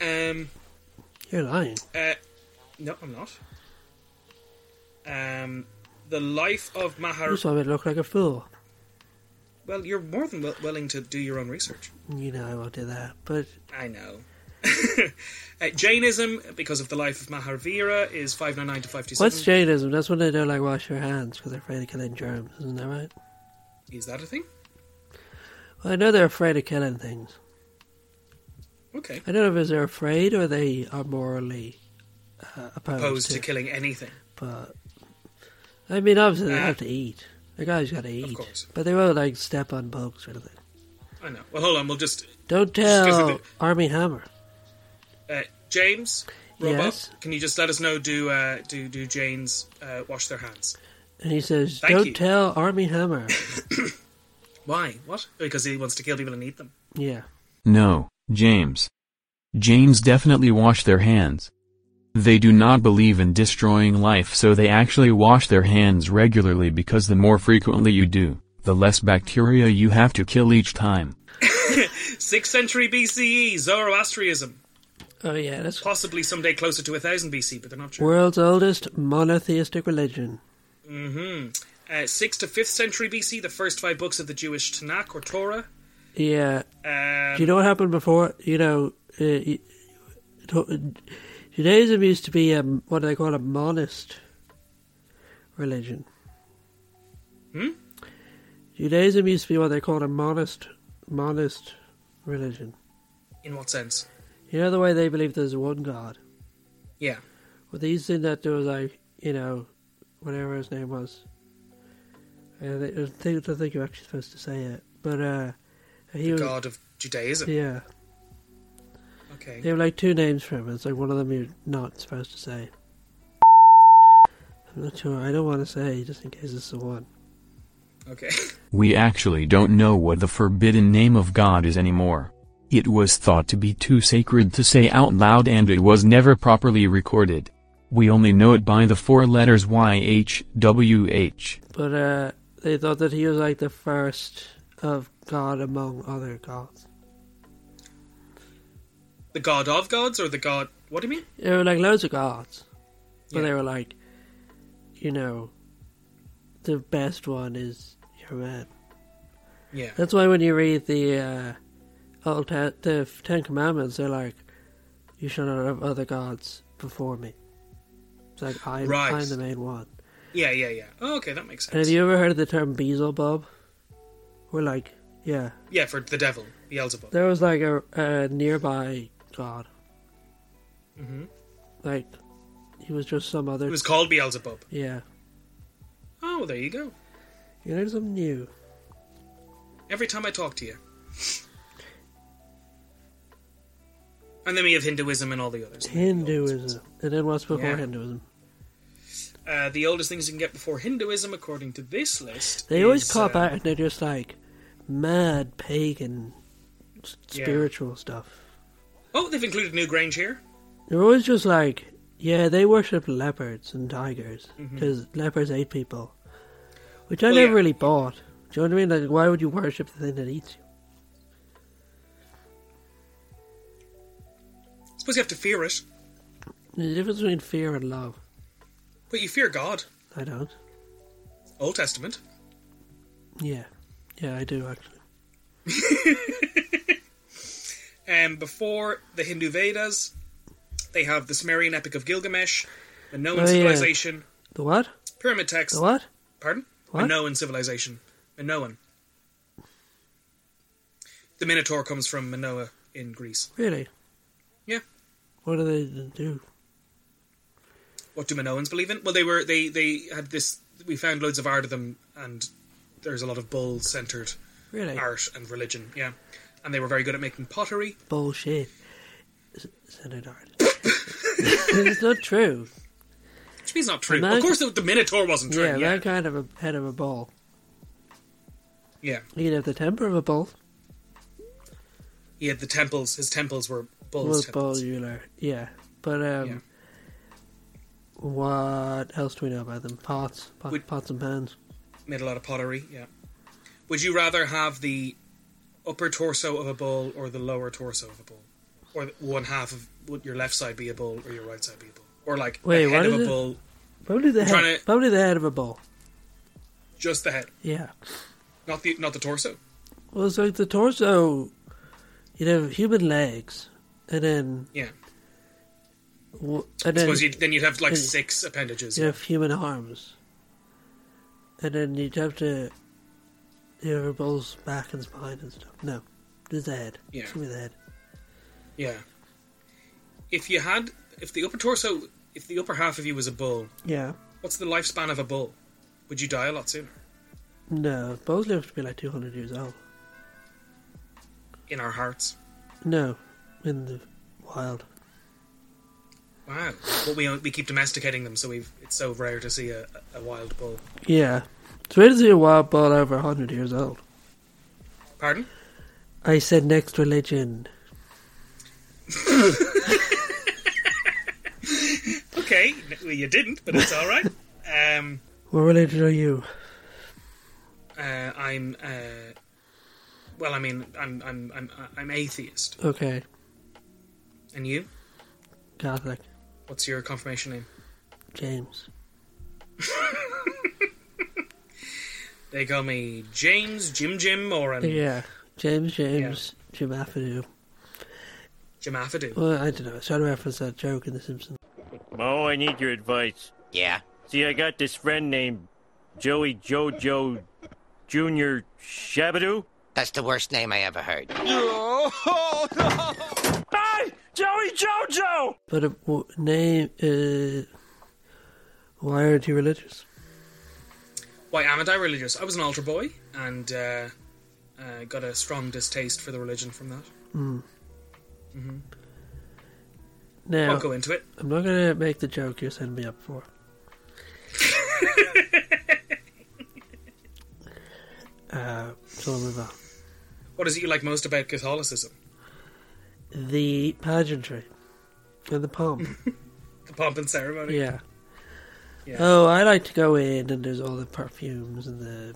Um,
You're lying.
uh, no, I'm not. Um, the life of Mahar.
That's why I look like a fool.
Well, you're more than wi- willing to do your own research.
You know I won't do that. But
I know. uh, Jainism, because of the life of Mahavira, is 599 to 527.
what's Jainism? That's when they don't like wash your hands because they're afraid of killing germs. Isn't that right?
Is that a thing?
Well, I know they're afraid of killing things.
Okay.
I don't know if it's they're afraid or they are morally uh, opposed,
Opposed
to,
to killing anything.
But I mean, obviously they
Uh,
have to eat. The guy's got to eat.
course.
But they won't like step on bugs or anything.
I know. Well, hold on. We'll just.
Don't
Just 'cause of
tell Army Hammer.
Uh, James, Robot,
Yes?
can you just let us know do uh, do do Jane's uh, wash their hands?
And he says,
Thank
"Don't
you.
tell Army Hammer."
Why? What? Because he wants to kill people and eat them.
yeah.
No, James. James definitely wash their hands. They do not believe in destroying life so they actually wash their hands regularly because the more frequently you do, the less bacteria you have to kill each time.
Sixth century BCE, Zoroastrianism,
Oh yeah, that's
possibly someday closer to thousand BC, but they're not sure.
world's oldest monotheistic religion.
hmm Uh, sixth to fifth century BC, the first five books of the Jewish Tanakh or Torah.
Yeah.
Um,
Do you know what happened before? You know, uh, y- to- Judaism used to be um, what do they call a monist religion.
Hmm?
Judaism used to be what they called a monist monist religion.
in what sense?
You know the way they believe there's one God.
Yeah.
Well, they used to think that there was like you know, whatever his name was. And I don't think, don't think you're actually supposed to say it, but uh, he was
God of Judaism.
yeah.
Okay.
They have like two names for him. It's like one of them you're not supposed to say. I'm not sure. I don't want to say just in case it's the one.
Okay.
We actually don't know what the forbidden name of God is anymore. It was thought to be too sacred to say out loud and it was never properly recorded. We only know it by the four letters YHWH.
But uh, they thought that he was like the first of God among other gods.
the God of gods or the God? What do you mean?
There were like loads of gods, but
Yeah.
they were like, you know, the best one is your man.
Yeah.
That's why when you read the uh, old te- the Ten Commandments, they're like, "You shall not have other gods before me." It's like I'm,
Right.
I'm the main one.
Yeah, yeah, yeah. Oh, okay, that makes
And have
sense.
you ever heard of the term Beelzebub? We're like, yeah,
Yeah, for the devil, Beelzebub.
there was like a, a nearby god,
hmm
like he was just some other.
It was called Beelzebub.
yeah,
Oh, there you go.
you learn something new.
Every time I talk to you. And then we have Hinduism and all the others.
Hinduism, and then what's before
Yeah.
Hinduism?
Uh, the oldest things you can get before Hinduism, according to this list.
They always
is,
cop
uh,
out, and they're just like mad pagan s-
Yeah.
spiritual stuff.
Oh, they've included Newgrange here.
They're always just like, yeah, they worship leopards and tigers because leopards ate people, which I
Mm-hmm. Well,
never
yeah.
really bought. Do you know what I mean? Like, why would you worship the thing that eats you?
suppose you have to fear it,
There's a difference between fear and love.
but you fear God.
I don't.
Old Testament.
Yeah, yeah, I do actually.
Um, before the Hindu Vedas, they have the Sumerian Epic of Gilgamesh, Minoan
Oh, yeah.
civilization,
The what?
pyramid text.
The what?
Pardon?
What?
Minoan civilization. Minoan. The Minotaur comes from Minoa in Greece.
Really?
Yeah.
What do they do?
What do Minoans believe in? Well, they were they they had this. We found loads of art of them, and there's a lot of bull centered
Really?
art and religion. Yeah, and they were very good at making pottery.
Bullshit. S- Senator. it's not true.
Which is not true.
Imagine-
of course, the, the Minotaur wasn't true. Yeah,
Yeah,
yeah.
that kind of a head of a bull.
yeah.
You can have the temper of a bull.
He had the temples. His temples were bulls.
Wolf
temples.
Ball Euler. Yeah. But um
Yeah.
what else do we know about them? Pots. Pot,
Would-
pots and pans.
Made a lot of pottery. Yeah. Would you rather have the upper torso of a bull or the lower torso of a bull, or the- one half of would your left side be a bull or your right side be a bull, or like
Wait,
the head
what
of
is
a
it?
bull,
Probably the
trying
head
to-
probably the head of a bull.
just the head,
Yeah.
not the not the torso.
Well it's like the torso you'd have human legs and then
Yeah.
w- and
I
then
suppose you'd, then you'd have like
and-
six appendages.
you have human arms. And then you'd have to you have a bull's back and spine and stuff. No. Just the head.
Yeah.
Give me the head.
Yeah. If you had, if the upper torso, if the upper half of you was a bull,
Yeah.
what's the lifespan of a bull? Would you die a lot sooner?
No. Bulls live to be like two hundred years old.
In our hearts.
No. In the wild.
Wow. But we we keep domesticating them, so we've it's so rare to see a, a wild bull.
Yeah. It's weird to see a wild bull over 100 years old.
Pardon?
I said next religion.
Okay, n- well, you didn't, but it's all right. Um,
What religion are you?
uh, I'm. Uh, well, I mean, I'm I'm I'm I'm atheist.
Okay.
And you?
Catholic.
What's your confirmation name?
James.
They call me James Jim Jim or um,
Yeah. James, James, Jim Affidu.
Jim Affidoo.
Well, I don't know. It's trying to reference that joke in The Simpsons.
Mo, Oh, I need your advice.
Yeah.
See, I got this friend named Joey Jojo Junior Shabadoo.
That's the worst name I ever heard.
Hey, Joey Jojo!
But a w- name, uh, why aren't you religious?
Why am I religious? I was an altar boy and uh, uh, got a strong distaste for the religion from that.
Now,
I'll go into it.
I'm not going to make the joke you're setting me up for. uh, so I'll move on.
What is it you like most about Catholicism?
the pageantry and the pomp.
The pomp and ceremony.
yeah.
Yeah.
Oh, I like to go in and there's all the perfumes and the,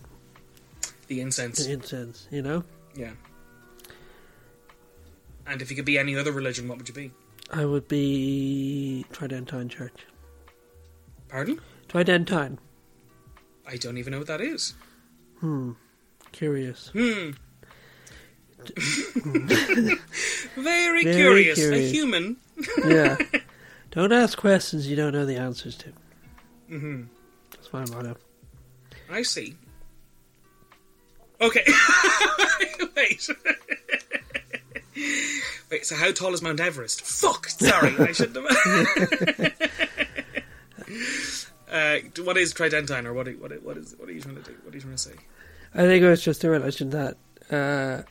The incense.
the incense, you know?
Yeah. And if you could be any other religion, what would you be?
I would be Tridentine Church.
Pardon?
Tridentine.
I don't even know what that is.
Curious.
Hmm. Very,
Very
curious.
curious.
A human.
yeah. Don't ask questions you don't know the answers to. Mm-hmm. That's my motto.
I see. Okay. Wait. Wait, so how tall is Mount Everest? Fuck! Sorry, I shouldn't have. uh, d- what is Tridentine, or what, i- what, i- what, is, what are you trying to do? What are you trying to say?
I think it was just a religion that uh,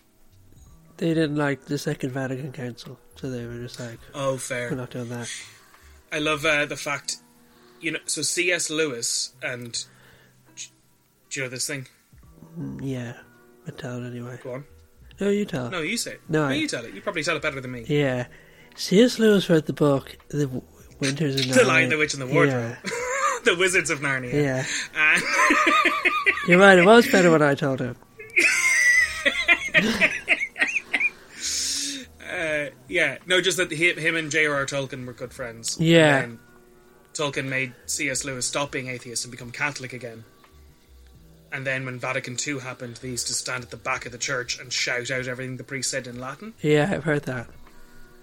they didn't like the Second Vatican Council, so they were just like,
Oh,
we're
fair.
not doing that.
I love uh, the fact, you know, so C.S. Lewis and. d- Do you know this thing?
Yeah. But tell it anyway.
Go on.
No, you tell it.
No, you say it.
No,
no
I-
you tell it. You probably tell it better than me.
Yeah. C.S. Lewis wrote the book The W- Winters in
The Lion, the Witch, and the Wardrobe. the Wizards of Narnia.
Yeah,
And
you're right. It was better when I told him.
yeah, no, just that he, him and J.R.R. Tolkien were good friends.
Yeah.
And Tolkien made C.S. Lewis stop being atheist and become Catholic again. And then when Vatican II happened, they used to stand at the back of the church and shout out everything the priest said in Latin.
Yeah, I've heard that.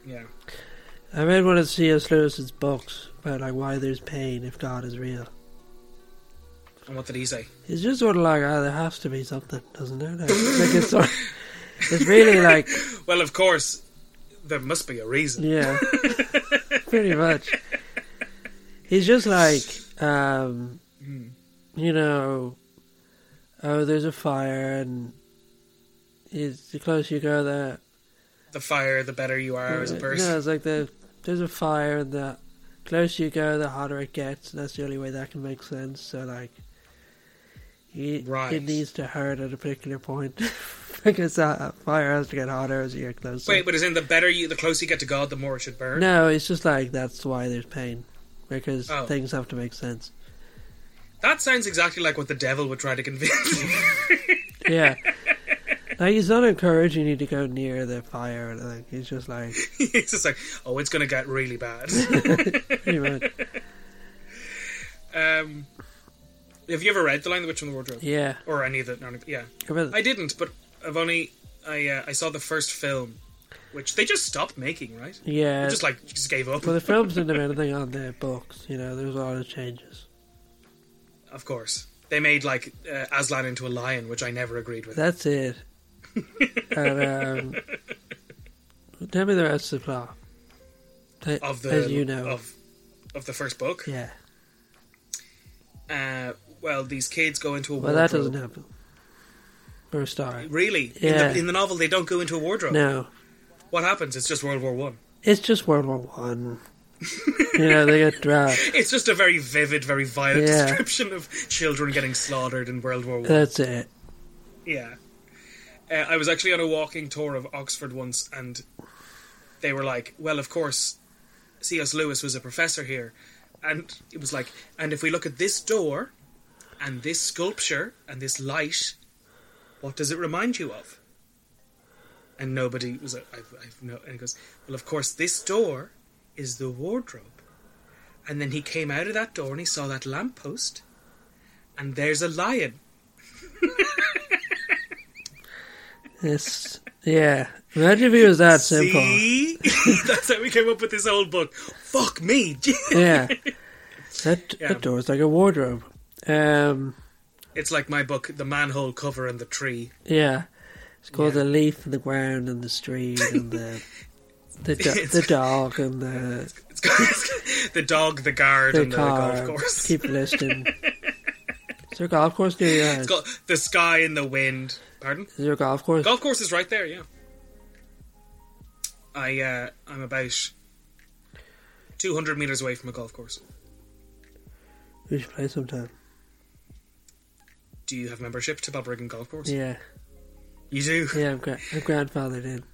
Yeah.
I read one of C.S. Lewis's books about like why there's pain if God is real.
And what did he say?
It's just sort of like, oh, there has to be something, doesn't there? Like, like it's, sort of, it's really like,
Well, of course, there must be a reason.
yeah, pretty much. He's just like, um, you know, oh, there's a fire, and it's, the closer you go, the
The fire, the better you are as a person.
No, it's like the there's a fire, and the closer you go, the hotter it gets. And that's the only way that can make sense. So like, it,
Right.
it needs to hurt at a particular point because that fire has to get hotter as you get closer.
Wait, but as in the better you, the closer you get to God, the more it should burn.
no, it's just like that's why there's pain because
Oh.
things have to make sense.
That sounds exactly like what the devil would try to convince. you.
Yeah. Like he's not encouraging you to go near the fire. Like he's just like,
it's just like, oh, it's going to get really bad.
pretty much,
um, have you ever read The Lion, the Witch, and the Wardrobe?
yeah.
Or any of the? no, no, Yeah,
But-
I didn't, but I've only I uh, I saw the first film, which they just stopped making, right?
yeah,
Just like just gave up.
Well, the films didn't have anything on their books. You know, there was a lot of changes.
Of course, they made like uh, Aslan into a lion, which I never agreed with.
That's it. and, um, tell me the rest of the plot. Th-
of the
as you know,
of of the first book.
yeah.
Uh, well, these kids go into a
Well, that
wardrobe.
doesn't happen. For a start,
Really? In,
Yeah.
the, in the novel, they don't go into a wardrobe.
no.
What happens? It's just World War One.
It's just World War One. you know, they get drowned.
It's just a very vivid, very violent
Yeah.
description of children getting slaughtered in World War One.
That's it.
Yeah. Uh, I was actually on a walking tour of Oxford once, and they were like, well, of course, C.S. Lewis was a professor here. And it was like, and if we look at this door, and this sculpture, and this light, what does it remind you of? And nobody was, like, I've, I've no, and he goes, well, of course, this door is the wardrobe. And then he came out of that door and he saw that lamppost, and there's a lion.
It's yeah. Imagine if it was that simple.
See? That's how we came up with this old book. Fuck me.
Yeah. That,
Yeah.
that door is like a wardrobe. Um.
it's like my book, The Manhole Cover and the Tree.
Yeah, it's called the leaf and the ground and the street and the the do- the dog and the
It's got, it's got the dog, the guard,
the
and
car.
the golf course.
Keep listening. Is there a golf course near your house?
It's got the sky and the wind. Pardon?
Is there a golf course?
Golf course is right there, yeah. I, uh, I'm about 200 metres away from a golf course.
We should play sometime.
Do you have membership to Balbriggan Golf Course?
Yeah,
You do?
yeah. I'm, gra- I'm grandfathered in.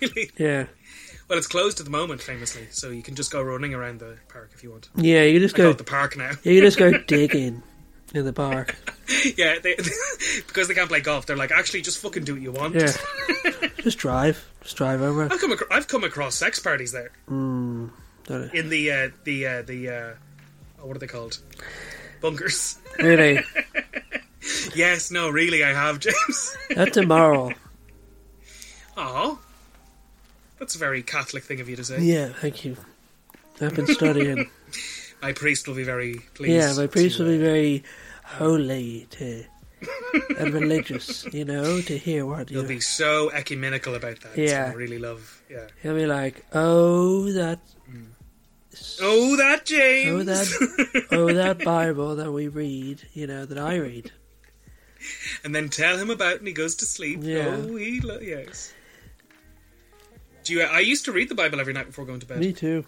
really?
Yeah,
Well, it's closed at the moment, famously, so you can just go running around the park if you want.
yeah. You just
I call
go.
it the park now.
You can just go digging in the park.
Yeah, they, because they can't play golf, they're like, actually, just fucking do what you want.
Yeah. Just drive. Just drive over.
I've come, acro- I've come across sex parties there
Hmm. Don't know.
in the uh, the uh, the uh, oh, what are they called? Bunkers.
Really,
yes, no, really, I have, James.
that's immoral.
Oh, that's a very Catholic thing of you to say.
Yeah, thank you. I've been studying.
My priest will be very pleased.
Yeah, my priest
to,
will be very holy to and religious, you know, to hear what
He'll
you.
uh, be so ecumenical about that.
Yeah.
I really love. Yeah.
He'll be like, oh that,
Oh, that James.
Mm. oh that, oh that Bible that we read, you know, that I read.
and then tell him about, and he goes to sleep.
Yeah.
Oh, he lo- yes. Do you? I used to read the Bible every night before going to bed.
Me too.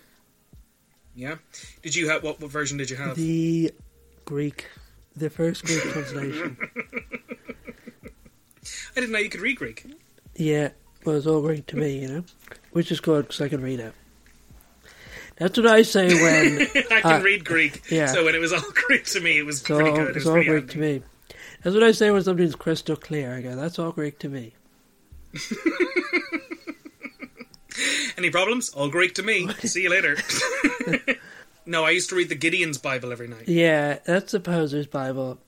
Yeah. Did you have what, what version did you have?
The Greek, the first Greek translation.
I didn't know you could read Greek.
Yeah, well, it's all Greek to me, you know. which is good because I can read it. That's what I say when
I can
uh,
read Greek,
yeah.
so when it was all Greek to me, it was
So
pretty good. It
it's
was
all
pretty handy.
Greek to me. That's what I say when something's crystal clear. I go, that's all Greek to me.
Any problems? All Greek to me. See you later. no, I used to read the Gideon's Bible every night.
Yeah, that's the poser's Bible.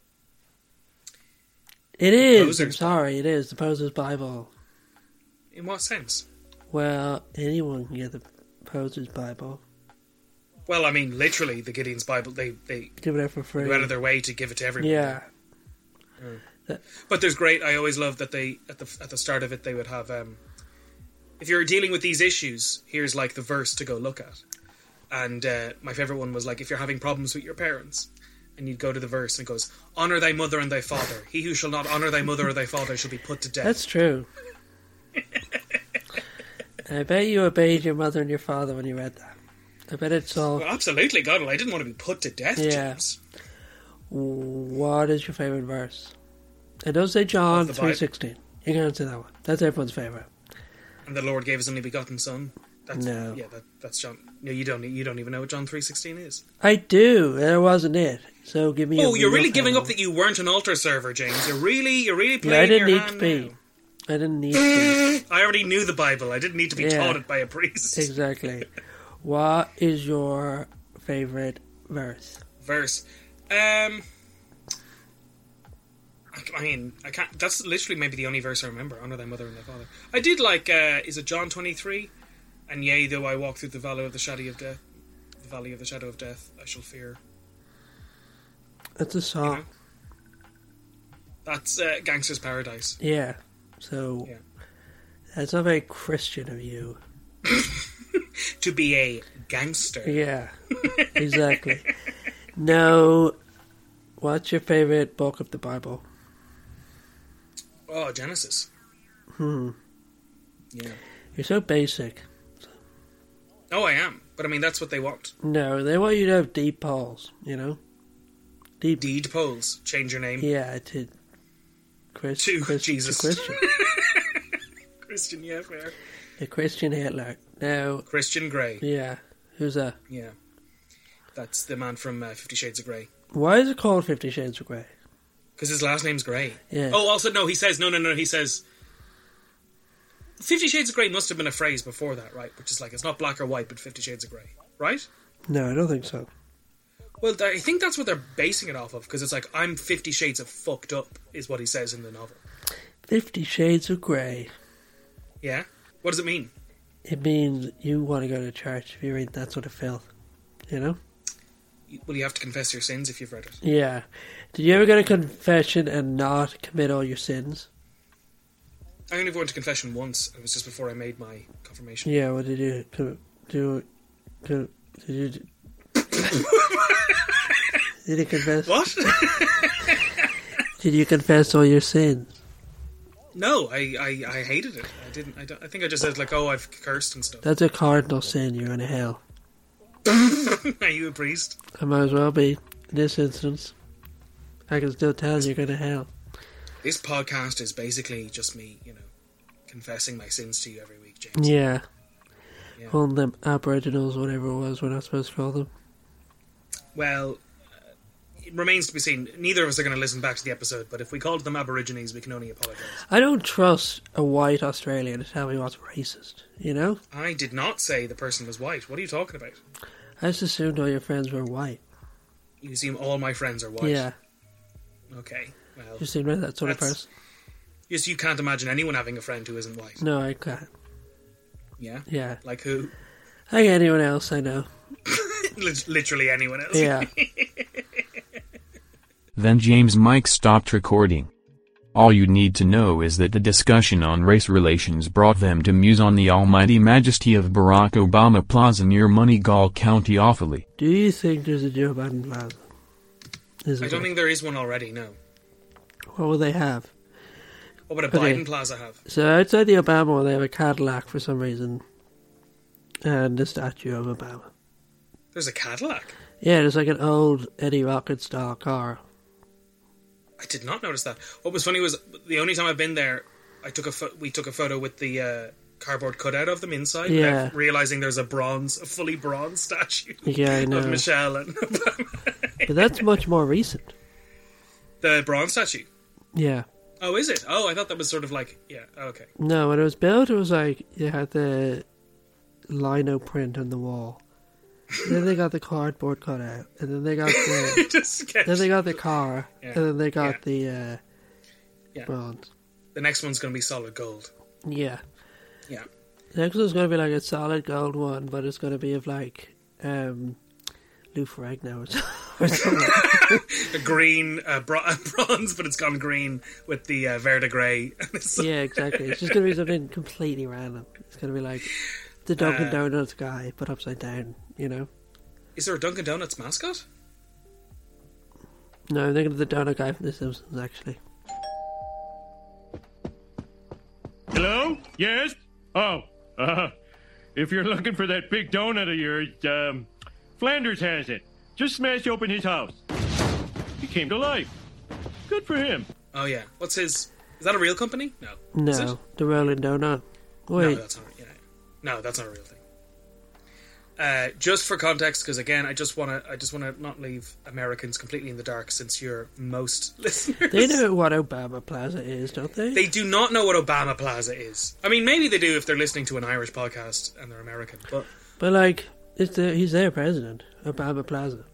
It is. I'm
Poser's
sorry, it is the poser's Bible.
In what sense?
Well, anyone can get the poser's Bible.
Well, I mean, literally, the Gideon's Bible. They they
Give it out for free.
go out of their way to give it to everyone.
yeah,
But there's great. I always love that they at the at the start of it they would have. Um, if you're dealing with these issues, here's like the verse to go look at. And uh, my favorite one was like, if you're having problems with your parents, and you'd go to the verse and it goes, "Honor thy mother and thy father. He who shall not honor thy mother or thy father shall be put to death."
that's true. I bet you obeyed your mother and your father when you read that. I bet it's all.
Well, absolutely, God. Well, I didn't want to be put to death.
Yeah.
James.
What is your favorite verse? And don't say John
Of the Bible.
three sixteen. You can't say that one. That's everyone's favorite.
And the Lord gave His only begotten Son. That's,
No.
Yeah, that, that's John. No, you don't. You don't even know what John three sixteen is.
I do. That wasn't it. So give me. a
oh, you're
real
really giving up
favorite.
that you weren't an altar server, James. You're really, you're really
Yeah,
playing.
I
your
didn't need to
hand
be.
now.
I didn't need to.
I already knew the Bible. I didn't need to be
Yeah.
taught it by a priest.
exactly. What is your favorite verse?
Verse. Um. I- I mean, I can't. That's literally maybe the only verse I remember. Honor thy mother and thy father. I did like. Uh, is it John twenty three? And yea, though I walk through the valley of the shadow of death, the valley of the shadow of death, I shall fear.
That's a song.
That's uh, Gangster's Paradise.
Yeah. So
Yeah.
that's not very Christian of you.
To be a gangster.
Yeah. exactly. No. What's your favorite book of the Bible?
Oh, Genesis. Hmm. Yeah.
Mm-hmm. You're so basic.
Oh, I am. But I mean, that's what they want.
No, they want you to have deep polls. You know. Deep.
Deed polls. Change your name.
Yeah. To. Chris,
To
Chris,
Jesus.
To Christian.
Christian, yeah, fair.
the Christian Hitler. No.
Christian Grey.
Yeah. Who's that?
Yeah. That's the man from uh, Fifty Shades of Grey.
Why is it called Fifty Shades of Grey?
Because his last name's Grey.
Yeah.
Oh, also, no, he says, no, no, no, he says. Fifty Shades of Grey must have been a phrase before that, right? Which is like, it's not black or white, but Fifty Shades of Grey, right?
No, I don't think so.
Well, th- I think that's what they're basing it off of because it's like I'm Fifty Shades of fucked up is what he says in the novel.
Fifty Shades of Grey.
Yeah, what does it mean?
It means you want to go to church if you read that sort of filth. You know?
You- Well, you have to confess your sins if you've read it.
Yeah. Did you ever go to confession and not commit all your sins?
I only went to confession once. It was just before I made my confirmation.
Yeah. What did you do? Do, do did you? do- did you confess?
What?
Did you confess all your sins?
no, I, I I hated it. I didn't. I, don't, I think I just said like, oh, I've cursed and stuff.
That's a cardinal sin. You're in hell.
Are you a priest?
I might as well be. In this instance, I can still tell you're going to hell.
This podcast is basically just me, you know, confessing my sins to you every week, James.
Yeah.
Yeah.
Calling them aboriginals, whatever it was, we're not supposed to call them.
Well, uh, it remains to be seen. Neither of us are going to listen back to the episode, but if we called them Aborigines, we can only apologise.
I don't trust a white Australian to tell me what's racist. You know,
I did not say the person was white. What are you talking about?
I just assumed all your friends were white.
You assume all my friends are white.
Yeah,
Okay. Well,
you seem like that sort of
That's-
person.
yes, you can't imagine anyone having a friend who isn't white.
No, I can't.
Yeah.
Yeah,
Like who?
like anyone else I know.
Lit- Literally anyone else.
Yeah,
Then James Mike stopped recording. All you need to know is that the discussion on race relations brought them to muse on the almighty majesty of Barack Obama Plaza near Donegal County Offaly.
do you think there's a Joe Biden plaza? Is
I
it?
don't think there is one already. No.
What will they have?
What would a
Okay.
Biden Plaza have?
So outside the Obama, one, they have a Cadillac for some reason, and a statue of Obama.
There's a Cadillac.
Yeah, it's like an old Eddie Rocket style car.
I did not notice that. What was funny was the only time I've been there, I took a pho- we took a photo with the uh, cardboard cutout of them inside,
Yeah.
without realizing there's a bronze, a fully bronze statue
Yeah, I know.
of Michelle and
But that's much more recent.
the bronze statue.
Yeah.
Oh, is it? Oh, I thought that was sort of like yeah. Okay,
No, when it was built, it was like you had the lino print on the wall. then they got the cardboard cut out, and then they got the
Just sketch.
then they got the car,
Yeah.
and then they got the uh,
Yeah.
bronze.
the next one's going to be solid gold.
Yeah,
Yeah,
next one's gonna be like a solid gold one, but it's gonna be of like um, Lou Ferrigno or something. or something.
a green uh, bro- bronze, but it's gone green with the uh, Verde Grey.
yeah, exactly. It's just gonna be something completely random. It's gonna be like
Uh,
the Dunkin' Donuts guy, but upside down. You know?
Is there a Dunkin' Donuts mascot?
No, I'm thinking of the donut guy from The Simpsons actually.
Hello? Yes? Oh, uh, if you're looking for that big donut of yours, um, Flanders has it. Just smash open his house. He came to life. Good for him.
Oh yeah. What's his? Is that a real company? No. Is it?
No, the Rolling Donut. Wait,
No, that's not. Yeah. No, that's not a real thing. Uh, just for context, because again, I just want to, I just want to not leave Americans completely in the dark, since you're most listeners.
they know what Obama Plaza is, don't they?
They do not know what Obama Plaza is. I mean, maybe they do if they're listening to an Irish podcast and they're American. But
But like, it's the, he's their president, Obama Plaza.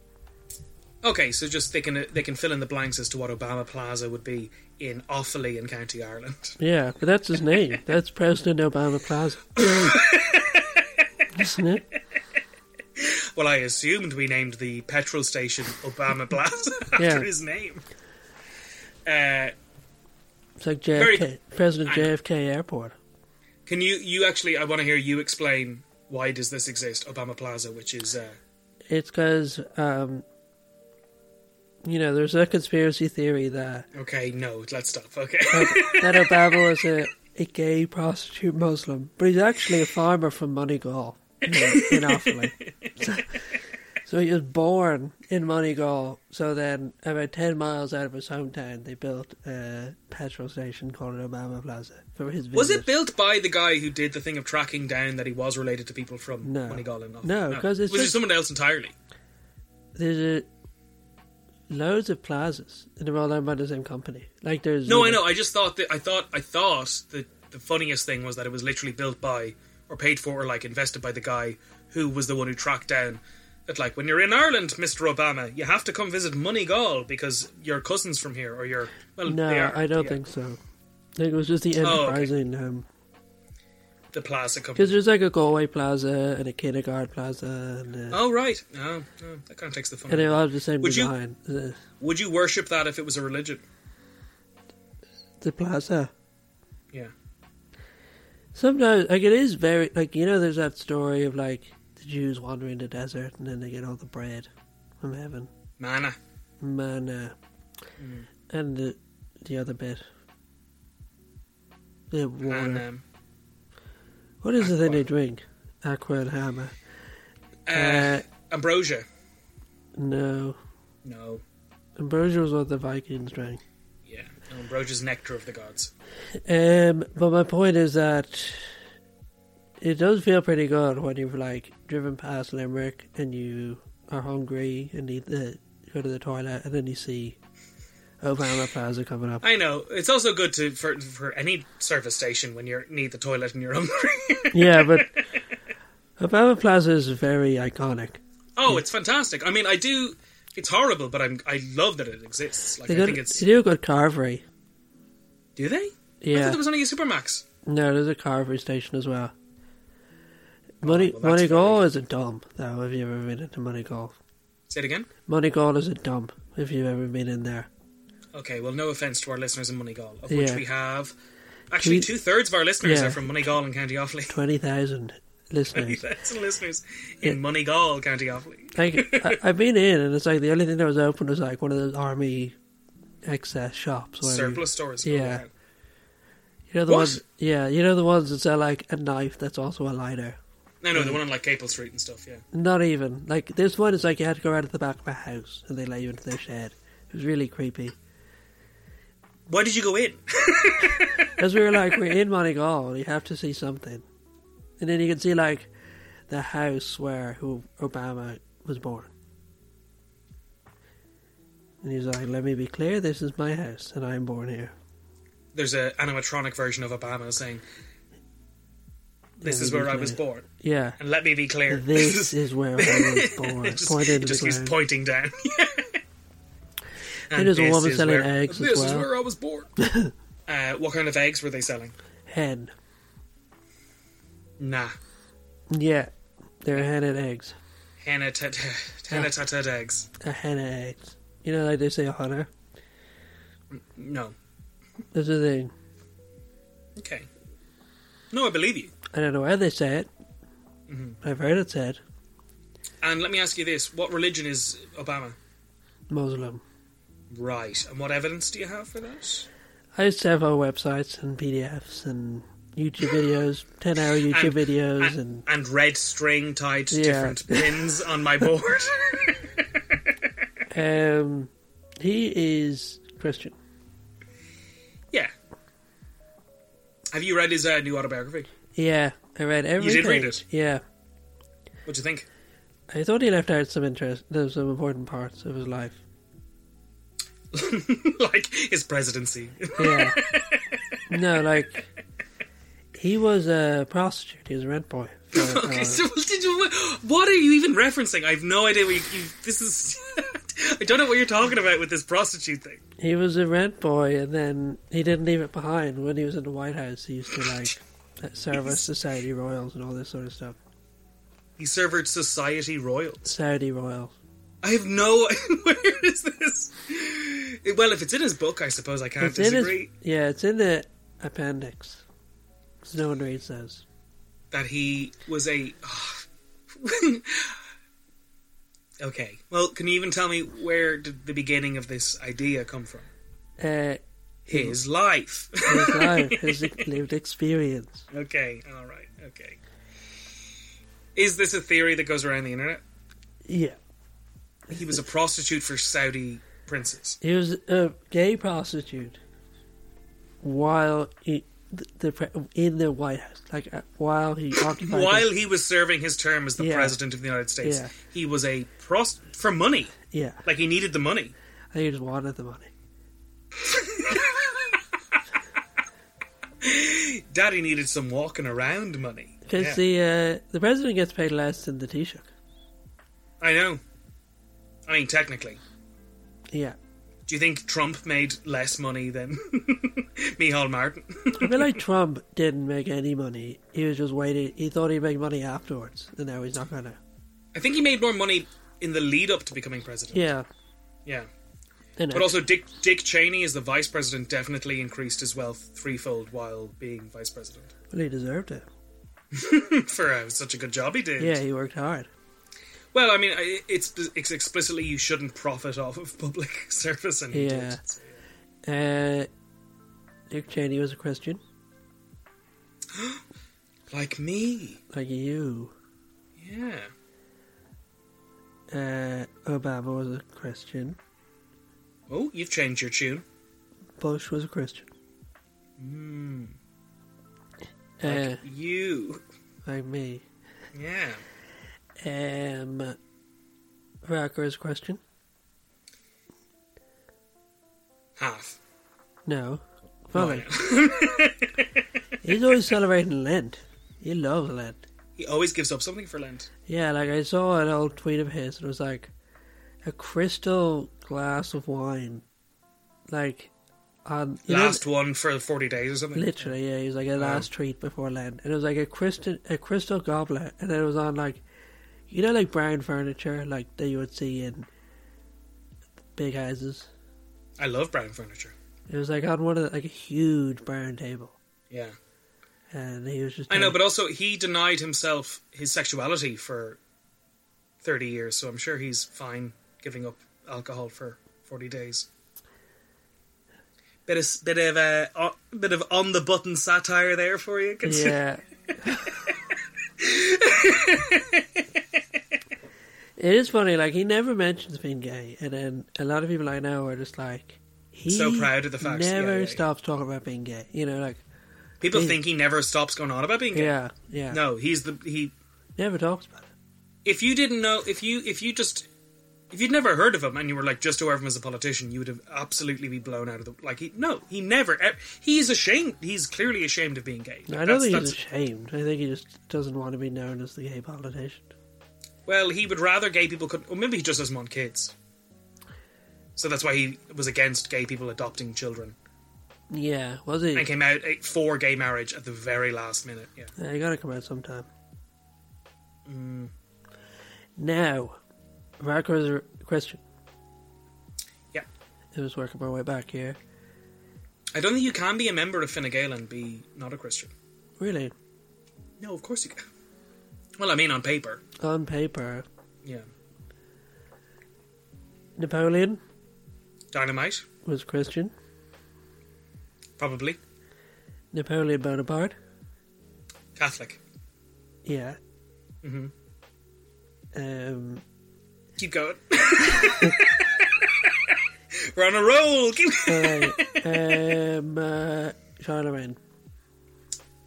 okay, so just they can they can fill in the blanks as to what Obama Plaza would be in Offaly in County Ireland.
Yeah, but that's his name. That's President Obama Plaza, isn't it?
Well, I assumed we named the petrol station Obama Plaza after
Yeah.
his name. Uh,
It's like
Very-
JFK, President JFK Airport.
Can you you actually? I want to hear you explain why does this exist? Obama Plaza, which is uh,
It's because, um, you know, there's a conspiracy theory that
okay. No, let's stop. Okay,
that Obama was a, a gay prostitute Muslim, but he's actually a farmer from Donegal you know, in Offaly. So, so he was born in Donegal. So then, about 10 miles out of his hometown, they built a petrol station called Obama Plaza for his
was
visitors.
it built by the guy who did the thing of tracking down that he was related to people from
No.
Donegal and Offaly?
No, 'cause it's
was
just-
it someone else entirely?
There's a, loads of plazas, and they're all owned by the same company. Like, there's.
No, I know. I just thought that I thought I thought that the funniest thing was that it was literally built by or paid for or like invested by the guy who was the one who tracked down that like when you're in Ireland, Mister Obama, you have to come visit Moneygall because your cousins from here or your well,
No,
they are,
I don't
yeah,
think so. I think it was just the
Oh, okay.
enterprising. um,
the Plaza company.
Because there's like a Galway Plaza and a Kindergarten Plaza and, uh,
Oh right, no, no, that kind of takes the fun.
and they
out.
all have the same
Would you-
design. The,
Would you worship that if it was a religion?
the plaza.
Yeah.
Sometimes, like it is very like you know, there's that story of like the Jews wandering the desert and then they get all the bread from heaven,
Mana.
manna, and the the other bit, the water.
And, um,
what is the thing they drink? Aqua and hammer.
uh,
Uh,
ambrosia.
No,
No.
ambrosia was what the Vikings drank.
Yeah. No, ambrosia's nectar of the gods.
Um, but my point is that it does feel pretty good when you've like driven past Limerick and you are hungry and need to go to the toilet and then you see Obama Plaza coming up.
I know. It's also good to for for any service station when you need the toilet and you're hungry.
yeah, but Obama Plaza is very iconic.
oh, it's fantastic. I mean, I do. It's horrible, but I'm I love that it exists. Like
They,
I
got,
think it's
they do a good carvery.
do they? I thought
Yeah,
there was only a supermax.
no, there's a carvery station as well. Money,
Oh, well, that's
Moneygall
very-
is a dump, though. If you've ever been into Moneygall,
Say it again.
Moneygall is a dump. If you've ever been in there,
Okay. Well, no offense to our listeners in Moneygall, of which
Yeah.
we have actually
Tweet-
two thirds of our listeners
Yeah.
are from Moneygall and County Offaly.
twenty thousand listeners.
That's listeners in Moneygall, County Offaly.
like I, I've been in, and it's like the only thing that was open was like one of those army excess shops. Where
Surplus stores.
Yeah.
Yeah.
You know the
What?
ones, yeah, you know the ones that sell like a knife that's also a lighter.
No, no, the one on like Capel Street and stuff, yeah.
Not even like this one is like you had to go out at the back of a house, and they let you into their shed. It was really creepy.
Why did you go in?
As we were like, we're in Moneygall, you have to see something. and then you can see like the house where who Obama was born. And he's like, "Let me be clear, this is my house, and I'm born here."
There's an animatronic version of Obama saying, "This
Let
is
me be
where I was
clear."
born."
Yeah.
and let me be clear,
This is where I was born.
It just,
Pointed
it
to
just
the
keeps
ground.
pointing down.
there's a
this
woman
is
selling
where-
eggs as
This is
well.
where I was born. uh, what kind of eggs were they selling?
Hen.
Nah,
Yeah, they're hen and eggs.
henna tet henna tetet eggs.
A hen and eggs. You know, like they say, a hunter.
No,
That's the thing.
okay, no, I believe you.
I don't know where they say it.
Mm-hmm.
I've heard it said
And let me ask you this: What religion is Obama?
Muslim.
Right, and what evidence do you have for that?
I used to have our websites and PDFs and YouTube videos, 10 hour YouTube videos, and
And red string tied to
Yeah.
different pins on my board.
Um, he is Christian.
yeah. Have you read his uh, new autobiography?
Yeah, I read everything.
did read it?
Yeah,
What do you think?
I thought he left out some interest, no, some important parts of his life.
like his presidency.
Yeah, no, like he was a prostitute. He was a rent boy. for, uh,
okay, so did you, what are you even referencing? I have no idea. What you, you, this is. I don't know what you're talking about with this prostitute thing.
he was a rent boy, and then he didn't leave it behind when he was in the White House. He used to like uh, serve as society royals and all this sort of stuff.
He served society royal.
Saudi royals.
I have no. Where is this? Well, if it's in his book, I suppose I can't
It's in his-
disagree.
yeah, it's in the appendix. So no one reads those.
that he was a. okay. Well, can you even tell me where did the beginning of this idea come from?
Uh,
His life.
his life, his lived experience.
okay. All right. Okay. Is this a theory that goes around the internet?
Yeah,
He was a prostitute for Saudi princes.
he was a gay prostitute while he, the, the pre- in the White House, like uh, while he occupied.
While
the-
he was serving his term as the
Yeah.
president of the United States,
Yeah.
he was a prost for money.
yeah,
Like he needed the money.
I think he just wanted the money.
Daddy needed some walking around money. Yeah.
Because the uh, the president gets paid less than the Taoiseach.
I know. I mean, technically.
Yeah,
Do you think Trump made less money than Michal Martin?
I feel like Trump didn't make any money. He was just waiting. He thought he'd make money afterwards, and now he's not gonna.
I think he made more money in the lead up to becoming president.
Yeah,
Yeah.
and
But also, Dick Dick Cheney as the vice president definitely increased his wealth threefold while being vice president
well, he deserved it.
for uh, such a good job he did.
Yeah, he worked hard.
Well, I mean, I- it's, it's explicitly you shouldn't profit off of public service, and he
Yeah.
did.
Uh, Dick Cheney was a Christian,
Like me.
like you.
Yeah.
Uh, Obama was a Christian.
Oh, you've changed your tune.
Bush was a Christian.
Mm,
Uh,
you.
like me.
Yeah.
Um, Rocker is a Christian.
Half.
No,
Oh,
fully. He's always celebrating Lent. He loves Lent.
He always gives up something for Lent.
Yeah, like I saw an old tweet of his, and it was like a crystal glass of wine, like on you know-
Last one for 40 days or something.
Literally, yeah. He was like a last treat before land, and it was like a crystal, a crystal goblet, and it was on like, you know, like brown furniture, like that you would see in big houses.
I love brown furniture.
It was like on one of the, like a huge brown table,
Yeah.
and he was just.
I know,
like-
but also he denied himself his sexuality for 30 years, so I'm sure he's fine giving up alcohol for 40 days. Bit of, bit of, uh, o- bit of on the button satire there for you. consider-
yeah. It is funny, like he never mentions being gay, and then a lot of people I know are just like, he
So proud of the fact- yeah,
never
yeah, yeah.
stops talking about being gay. You know, like
People
He-
think he never stops going on about being gay.
Yeah, yeah.
No, he's the he.
Never talks about it.
If you didn't know, if you if you just if you'd never heard of him and you were like just aware of him as a politician, you would have absolutely be blown out of the like. He no, he never. ev- He's ashamed. He's clearly ashamed of being gay.
I don't
That's-
think
that's-
he's ashamed. I think he just doesn't want to be known as the gay politician.
Well, he would rather gay people could. Or maybe he just doesn't want kids. So that's why he was against gay people adopting children
Yeah, was he?
and came out eh, for gay marriage at the very last minute. Yeah.
Yeah, you gotta come out sometime. Now, Marco's question.
Yeah.
It was working my way back here.
I don't think you can be a member of Fine Gael and be not a Christian.
Really,
No, of course you can. Well, I mean, on paper.
on paper,
Yeah.
Napoleon
Dynamite,
was Christian.
probably.
Napoleon Bonaparte,
Catholic.
yeah.
hmm
Um,
Keep going. We're on a roll. Keep...
uh, um, uh, Charlemagne,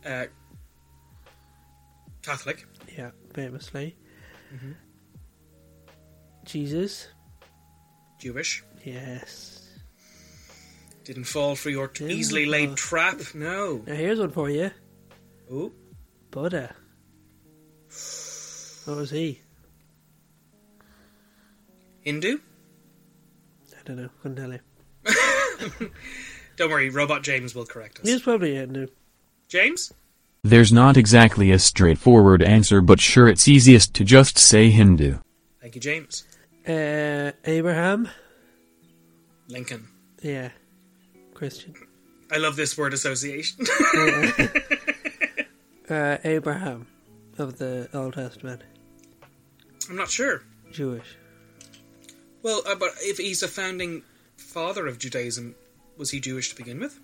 Uh, Catholic.
yeah, famously. Jesus,
Jewish.
yes.
Didn't fall for your t-
Didn't
easily
fall.
laid trap. No.
Now here's one for you,
Ooh.
Buddha. What was he?
Hindu?
I don't know. Couldn't tell you.
Don't worry, Robot James will correct us.
He's probably uh, a new.
James?
There's not exactly a straightforward answer, but sure it's easiest to just say Hindu.
Thank you, James.
Uh, Abraham.
Lincoln.
Yeah. Christian.
I love this word association.
Uh, Abraham of the Old Testament.
I'm not sure.
Jewish.
Well, uh, but if he's a founding father of Judaism, was he Jewish to begin with?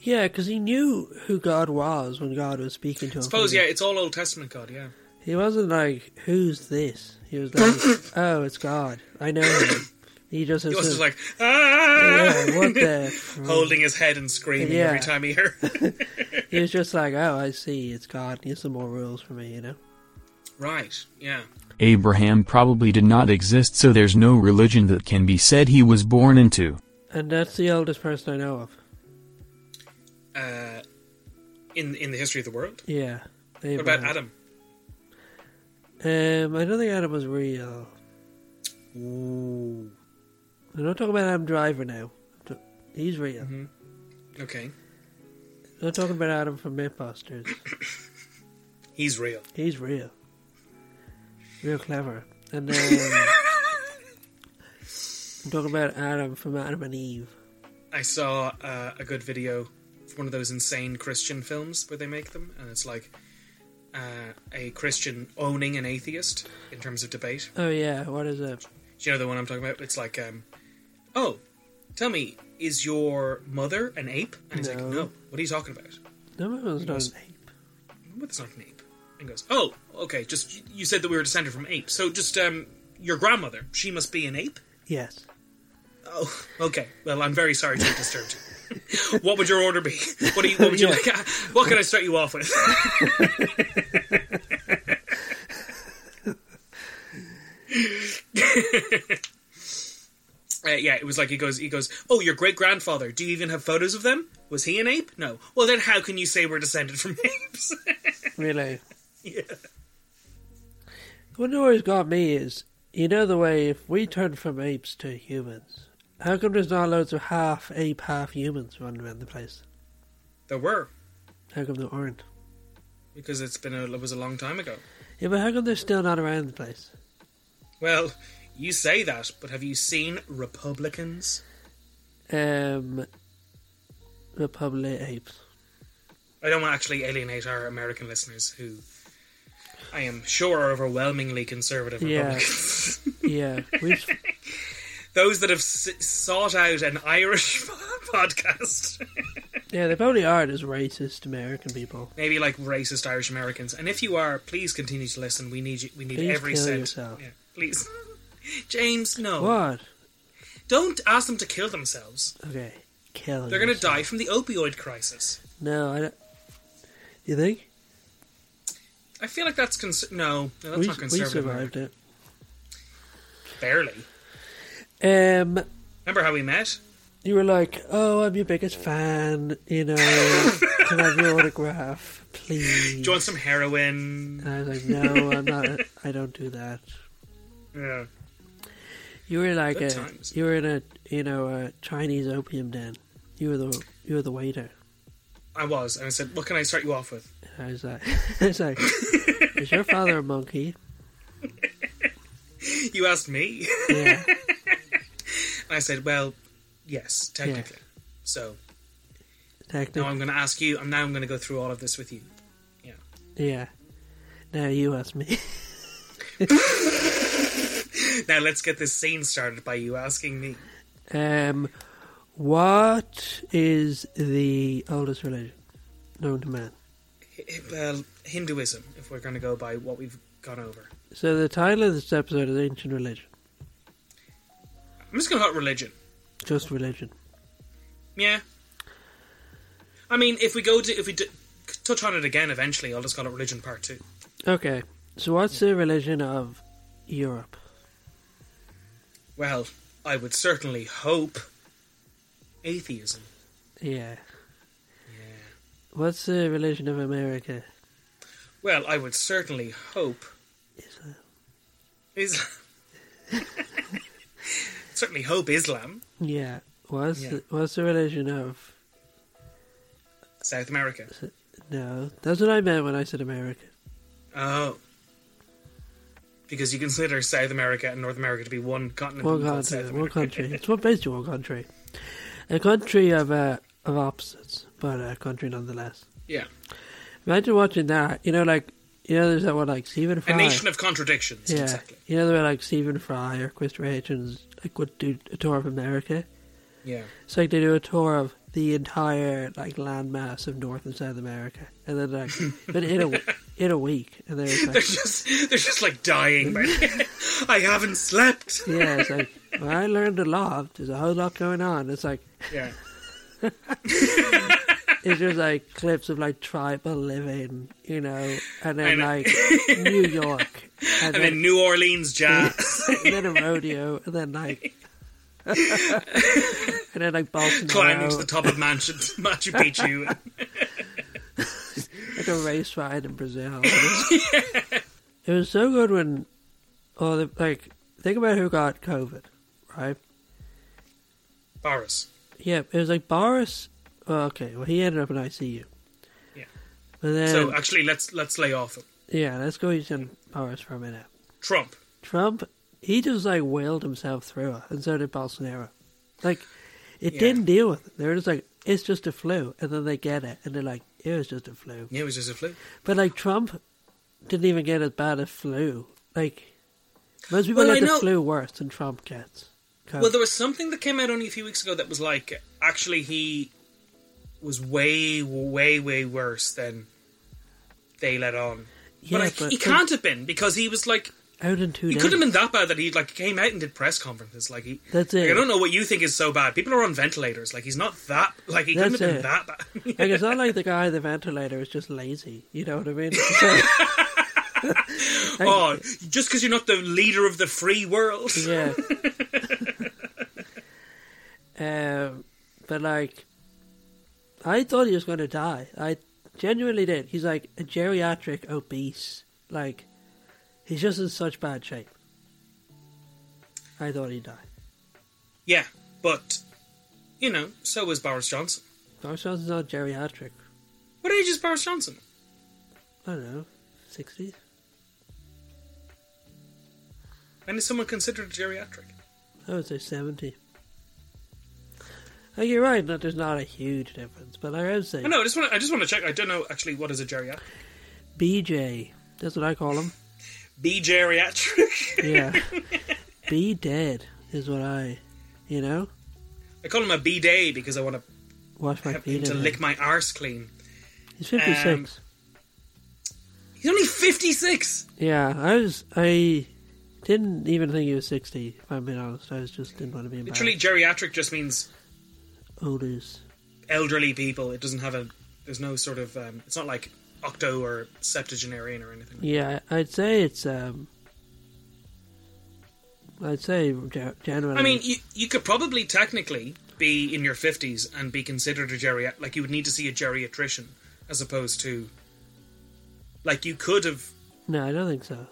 Yeah, because he knew who God was when God was speaking to him.
Suppose, yeah, it's all Old Testament God, yeah.
He wasn't like, "Who's this?" He was like, "Oh, it's God. I know him." He just
He was
assumed-
just like, ah!
Yeah, what the-
Holding his head and screaming
Yeah.
every time he heard.
he was just like, "Oh, I see. It's God. Here's some more rules for me." You know.
right, yeah.
Abraham probably did not exist, so there's no religion that can be said he was born into.
And that's the oldest person I know of.
Uh, in in the history of the world.
Yeah.
What about
Abraham.
Adam?
Um, I don't think Adam was real.
Ooh.
I'm not talking about Adam Driver now. I'm ta- He's real.
Mm-hmm. Okay.
I'm not talking about Adam from Mythbusters.
He's real.
He's real. Real clever. And then um, I'm talking about Adam from Adam and Eve.
I saw uh, a good video for one of those insane Christian films where they make them, and it's like uh, a Christian owning an atheist in terms of debate.
Oh yeah, what is it?
Do you know the one I'm talking about? It's like, um, oh, tell me, is your mother an ape? And he's
No.
like, no. What are you talking about?
No, it was not
Yes.
an ape.
But it's not an ape. And he goes, oh, okay. Just you said that we were descended from apes, so just um, your grandmother, she must be an ape.
Yes.
Oh, okay. Well, I'm very sorry to have disturbed you. what would your order be? What do you? What would you
Yeah.
like? What can I start you off with? Uh, yeah, it was like he goes. He goes. Oh, your great grandfather. Do you even have photos of them? Was he an ape? No. Well, then how can you say we're descended from apes?
Really.
yeah.
What always got me is, you know the way if we turn from apes to humans, how come there's not loads of half ape, half humans running around the place?
There were
How come there aren't?
because it's been a, it was a long time ago.
Yeah, but how come they're still not around the place?
Well, you say that, but have you seen Republicans?
Um, Republic apes.
I don't want to actually alienate our American listeners who I am sure are overwhelmingly conservative
Yeah.
Republicans.
Yeah, we've
Those that have s- sought out an Irish podcast.
yeah, they probably are just racist American people.
Maybe like racist Irish Americans. And if you are, please continue to listen. We need you. We need
Please
every
kill
cent.
yourself.
Yeah, please. James, no. Oh.
What?
Don't ask them to kill themselves.
Okay, killing.
They're going to
yourself.
die from the opioid crisis.
No, I don't. You think?
I feel like that's cons- no, no, that's
we,
not
we
conservative.
survived it.
Barely.
Um,
Remember how we met?
you were like, "Oh, I'm your biggest fan. You know, can I have your autograph,
Do
please?"
you want some heroin?
And I was like, "No, I'm not. I don't do that."
yeah.
You were like
Good
a,
times.
you were in a, you know, a Chinese opium den. You were the, you were the waiter.
I was, and I said, "What can I start you off with?"
And I was like, I was like, is your father a monkey?
You asked me.
Yeah.
And I said, "Well, yes, technically." So
Technically,
now I'm going to ask you. I'm now I'm going to go through all of this with you.
yeah. Now you ask me.
Now let's get this scene started by you asking me.
Um, what is the oldest religion known to man?
Hi- Well, Hinduism, if we're going to go by what we've gone over.
So the title of this episode is ancient religion,
I'm just going to call it religion.
just religion.
Yeah. I mean, if we go to if we d- touch on it again eventually, I'll just call it religion part two.
Okay. So what's the religion of Europe?
Well, I would certainly hope atheism.
Yeah. Yeah. What's the religion of America?
Well, I would certainly hope Islam. certainly hope Islam.
Yeah. What's
Yeah.
The, what's the religion of
South America.
No, that's what I meant when I said America.
Oh. Because you consider South America and North America to be one continent.
One
and you call it South
country, one
America.
country. It's what basically one country, a country of uh, of opposites, but a country nonetheless.
Yeah.
Imagine watching that. You know, like you know, there's that one like Stephen Fry.
A nation of contradictions,
yeah,
exactly.
you know, the way like Stephen Fry or Christopher Hitchens like would do a tour of America.
Yeah.
It's like they do a tour of the entire like landmass of North and South America, and then like, but in a in a week, and then it's
They're
like,
just they're just like dying. by the- I haven't slept.
yeah, it's like well, I learned a lot. There's a whole lot going on. It's like
Yeah.
it's just like clips of like tribal living, you know, and then
know.
like New York, and,
And then New Orleans jazz.
and then a rodeo, and then like, and then like Bolsonaro,
climbing to the top of Manchu, Machu Picchu.
like a race ride in Brazil. It was so good when, all the like, think about who got COVID, right?
Boris.
Yeah, it was like Boris. Well, okay, well he ended up in ICU.
Yeah.
But then,
so uh, actually, let's let's lay off him.
yeah, let's go each on Boris for a minute.
Trump.
Trump, he just like wailed himself through it, and so did Bolsonaro. Like, it
Yeah.
didn't deal with it. They were just like, it's just a flu, and then they get it, and they're like, it was just a flu.
Yeah, it was just a flu.
But like Trump didn't even get as bad as flu. Like, most people
Well, I
get the
know-
flu worse than Trump gets. COVID.
Well, there was something that came out only a few weeks ago that was like, actually, he was way, way, way worse than they let on.
yeah,
but, I, he can't have been because he was like
out in two
he
days.
couldn't have been that bad that he like came out and did press conferences. Like he,
That's
like,
it.
I don't know what you think is so bad. People are on ventilators. Like he's not that. Like he couldn't
That's
have been
it.
that bad.
Like, it's not like the guy on the ventilator is just lazy. You know what I mean? So,
oh, just because you're not the leader of the free world.
yeah. um, but like, I thought he was going to die. I genuinely did. He's like a geriatric obese. Like, he's just in such bad shape. I thought he'd die.
Yeah, but you know, so was Boris Johnson.
Boris Johnson's not geriatric.
What age is Boris Johnson?
I don't know, sixties.
And is someone considered a geriatric?
I would say seventy. Like you're right that there's not a huge difference, but like I would say
I know. I just want. I just want to check. I don't know actually what is a geriatric.
BJ. That's what I call him.
Be geriatric.
Yeah. Be dead is what I, you know,
I call him a b day because I want to
wash my
have him
feet
to
in.
lick
Lick
my arse clean.
He's fifty six.
He's only fifty six.
yeah, I was. I didn't even think he was sixty. If I'm being honest, I was just didn't want to be embarrassed.
Literally, geriatric just means
odors.
elderly people. It doesn't have a. There's no sort of. Um, it's not like octo or septuagenarian or anything.
Yeah, I'd say it's um. I'd say ge- generally.
I mean, you you could probably technically be in your fifties and be considered a geriatric. Like you would need to see a geriatrician as opposed to. Like you could have.
no, I don't think so.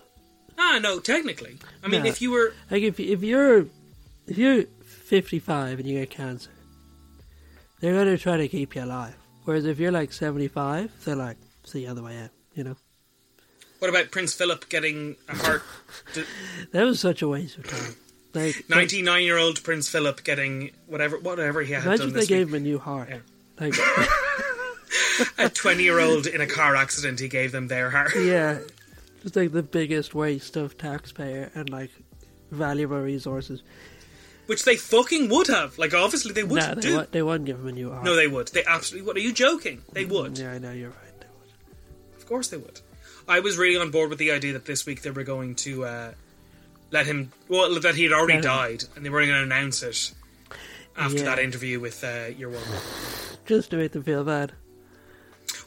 Ah, no. Technically, I mean,
No.
if you were
like if if you're if you're 55 and you get cancer, they're gonna try to keep you alive. Whereas if you're like 75, they're like, see the other way out. You know,
What about Prince Philip getting a heart?
that was such a waste of time. Like
Ninety-nine-year-old Prince Philip getting whatever, whatever he had
imagine
done
if they
this
gave
week.
him a new heart. Like
A twenty-year-old in a car accident, he gave them their heart.
yeah, it's like the biggest waste of taxpayer and like valuable resources.
which they fucking would have. Like, obviously, they would
no, they,
do.
won't- they won't give him a new heart.
No, they would. They absolutely. What are you joking? They would.
Yeah, I know you're right.
Of course, they would. I was really on board with the idea that this week they were going to uh, let him. Well, that he had already
Let him-
died, and they weren't going to announce it after
Yeah.
that interview with uh, your one.
Just to make them feel bad.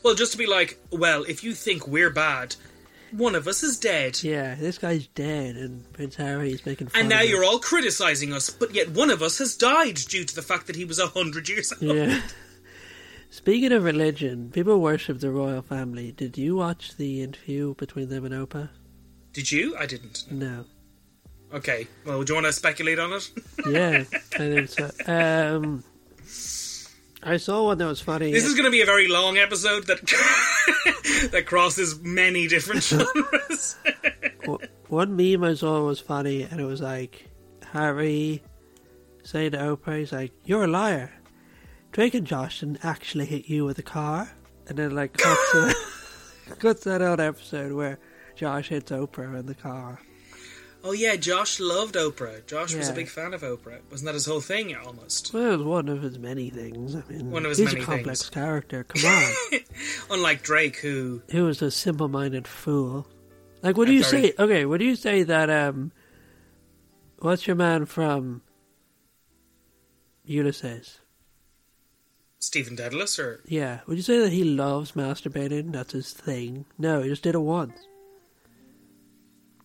Well, just to be like, well, if you think we're bad, one of us is dead.
Yeah, Oh, this guy's dead, and Prince Harry's making fun.
And now
of him.
you're all criticizing us, but yet one of us has died due to the fact that he was a hundred years old.
Yeah. Speaking of religion, people worship the royal family. Did you watch the interview between them and Oprah?
Did you? I didn't.
No.
Okay. Well, do you want to speculate on it?
Yeah, I think so. Um, I saw one that was funny.
This is going to be a very long episode that that crosses many different genres.
W- one meme I saw was funny, and it was like Harry saying to Oprah, "He's like, you're a liar. Drake and Josh didn't actually hit you with a car." And then like cuts, to- cuts that out episode where Josh hits Oprah in the car.
oh yeah, Josh loved Oprah. Josh was a
Yeah.
big fan of Oprah. Wasn't that his whole thing almost?
Well, it was one of his many things. I mean,
One of his
he's
many
a complex
things.
character. Come on,
Unlike Drake, who
he was a simple-minded fool. Like, what do
I'm
you
sorry.
say? Okay, what do you say that um, what's your man from Ulysses?
Stephen Dedalus, or
Yeah, would you say that he loves masturbating? That's his thing. No, he just did it once.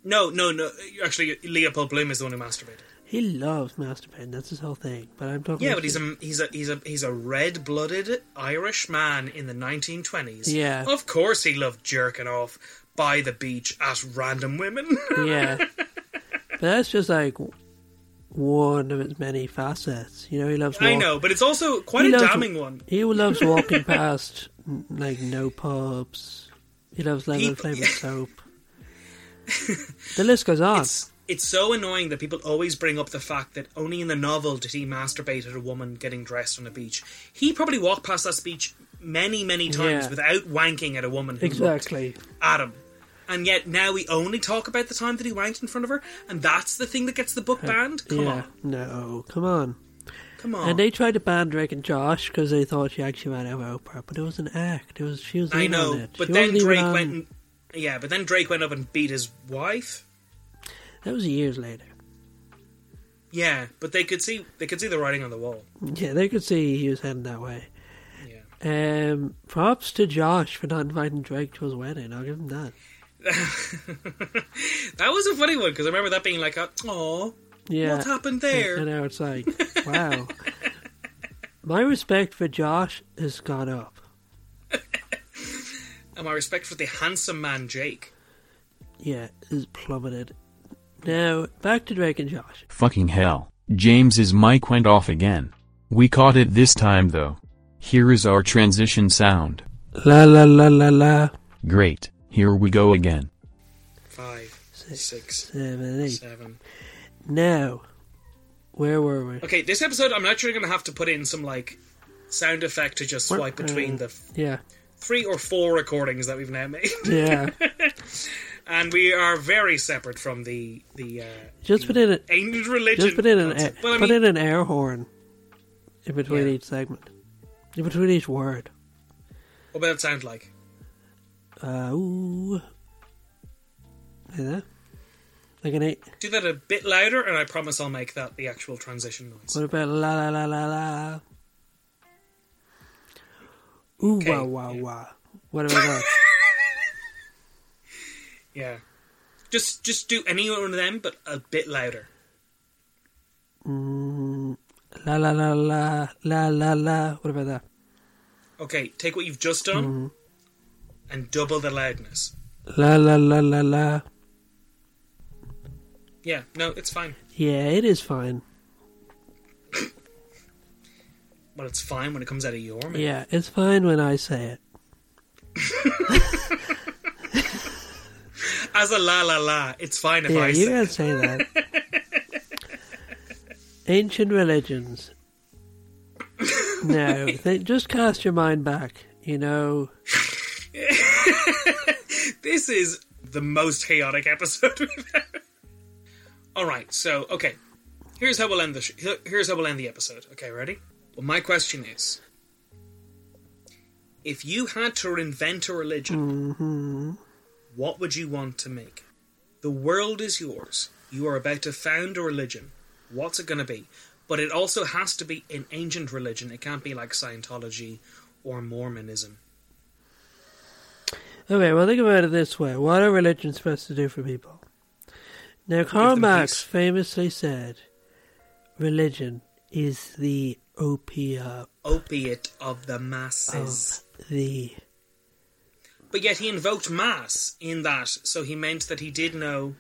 no, no, no. Actually, Leopold Bloom is the one who masturbated.
He loves masturbating. That's his whole thing. But I'm talking.
Yeah,
about
but he's
you.
a he's a he's a he's a red-blooded Irish man in the 1920s.
Yeah.
of course he loved jerking off by the beach at random women.
yeah. But that's just like w- one of his many facets. You know, he loves.
I
walk-
know, but it's also quite
He
a
loves-
damning one.
He loves walking past n- like no pubs. He loves lemon
People-
flavored soap. The list goes on.
It's so annoying that people always bring up the fact that only in the novel did he masturbate at a woman getting dressed on a beach. He probably walked past that beach many, many times
Yeah.
without wanking at a woman who
exactly.
looked at him. And yet now we only talk about the time that he wanked in front of her, and that's the thing that gets the book banned? Come
Uh, yeah.
on.
No. Come on.
Come on.
And they tried to ban Drake and Josh because they thought she actually ran over Oprah, but it was an act. It was she was.
I
in on
know,
it.
but
She um,
then
wasn't even
Drake
on-
went and, Yeah, but then Drake went up and beat his wife.
That was years later.
Yeah, but they could see they could see the writing on the wall.
Yeah, they could see he was heading that way.
Yeah.
Um, props to Josh for not inviting Drake to his wedding. I'll give him that.
That was a funny one because I remember that being like, "Oh,
Yeah.
What happened
And,
there?
and now it's like, wow. My respect for Josh has gone up.
And my respect for the handsome man Jake.
Yeah, it's plummeted. Now, back to Drake and Josh.
Fucking hell. James's mic went off again. We caught it this time though. Here is our transition sound.
La la la la la.
Great, here we go again.
Five,
Six,
six,
seven, eight.
seven.
Now, where were we?
Okay, this episode, I'm actually going to have to put in some like sound effect to just swipe
uh,
between the f-
Yeah,
three or four recordings that we've now made,
yeah.
and we are very separate from the the uh,
just put in a,
ancient religion.
just put in an air,
concept. Well, I
put
mean,
in an air horn in between
Yeah.
each segment, in between each word.
what would that sound like?
Uh, ooh, Like that? Like an eight.
Do that a bit louder, and I promise I'll make that the actual transition noise.
What about la la la la la? Ooh, wow, wow, wow. What about that?
Yeah. Just just do any one of them, but a bit louder.
Mm, la la la la la la la. What about that?
Okay, take what you've just done
Mm-hmm.
and double the loudness.
La la la la la.
Yeah, no, it's fine.
Yeah, it is fine.
Well, it's fine when it comes out of your mouth.
Yeah, it's fine when I say it.
As a la la la, it's fine if
yeah,
I
you
say.
can say that. Ancient religions. No, they, just cast your mind back. You know,
This is the most chaotic episode we've ever. All right, so okay, here's how we'll end the sh- here- here's how we'll end the episode. Okay, ready? Well, my question is, if you had to invent a religion, what would you want to make? The world is yours. You are about to found a religion. What's it going to be? But it also has to be an ancient religion. It can't be like Scientology or Mormonism.
Okay, well, think about it this way. What are religions supposed to do for people? Now, Karl
them
Marx
peace.
famously said, religion is the opium
Opiate of the masses.
of the...
But yet he invoked mass in that, so he meant that he did know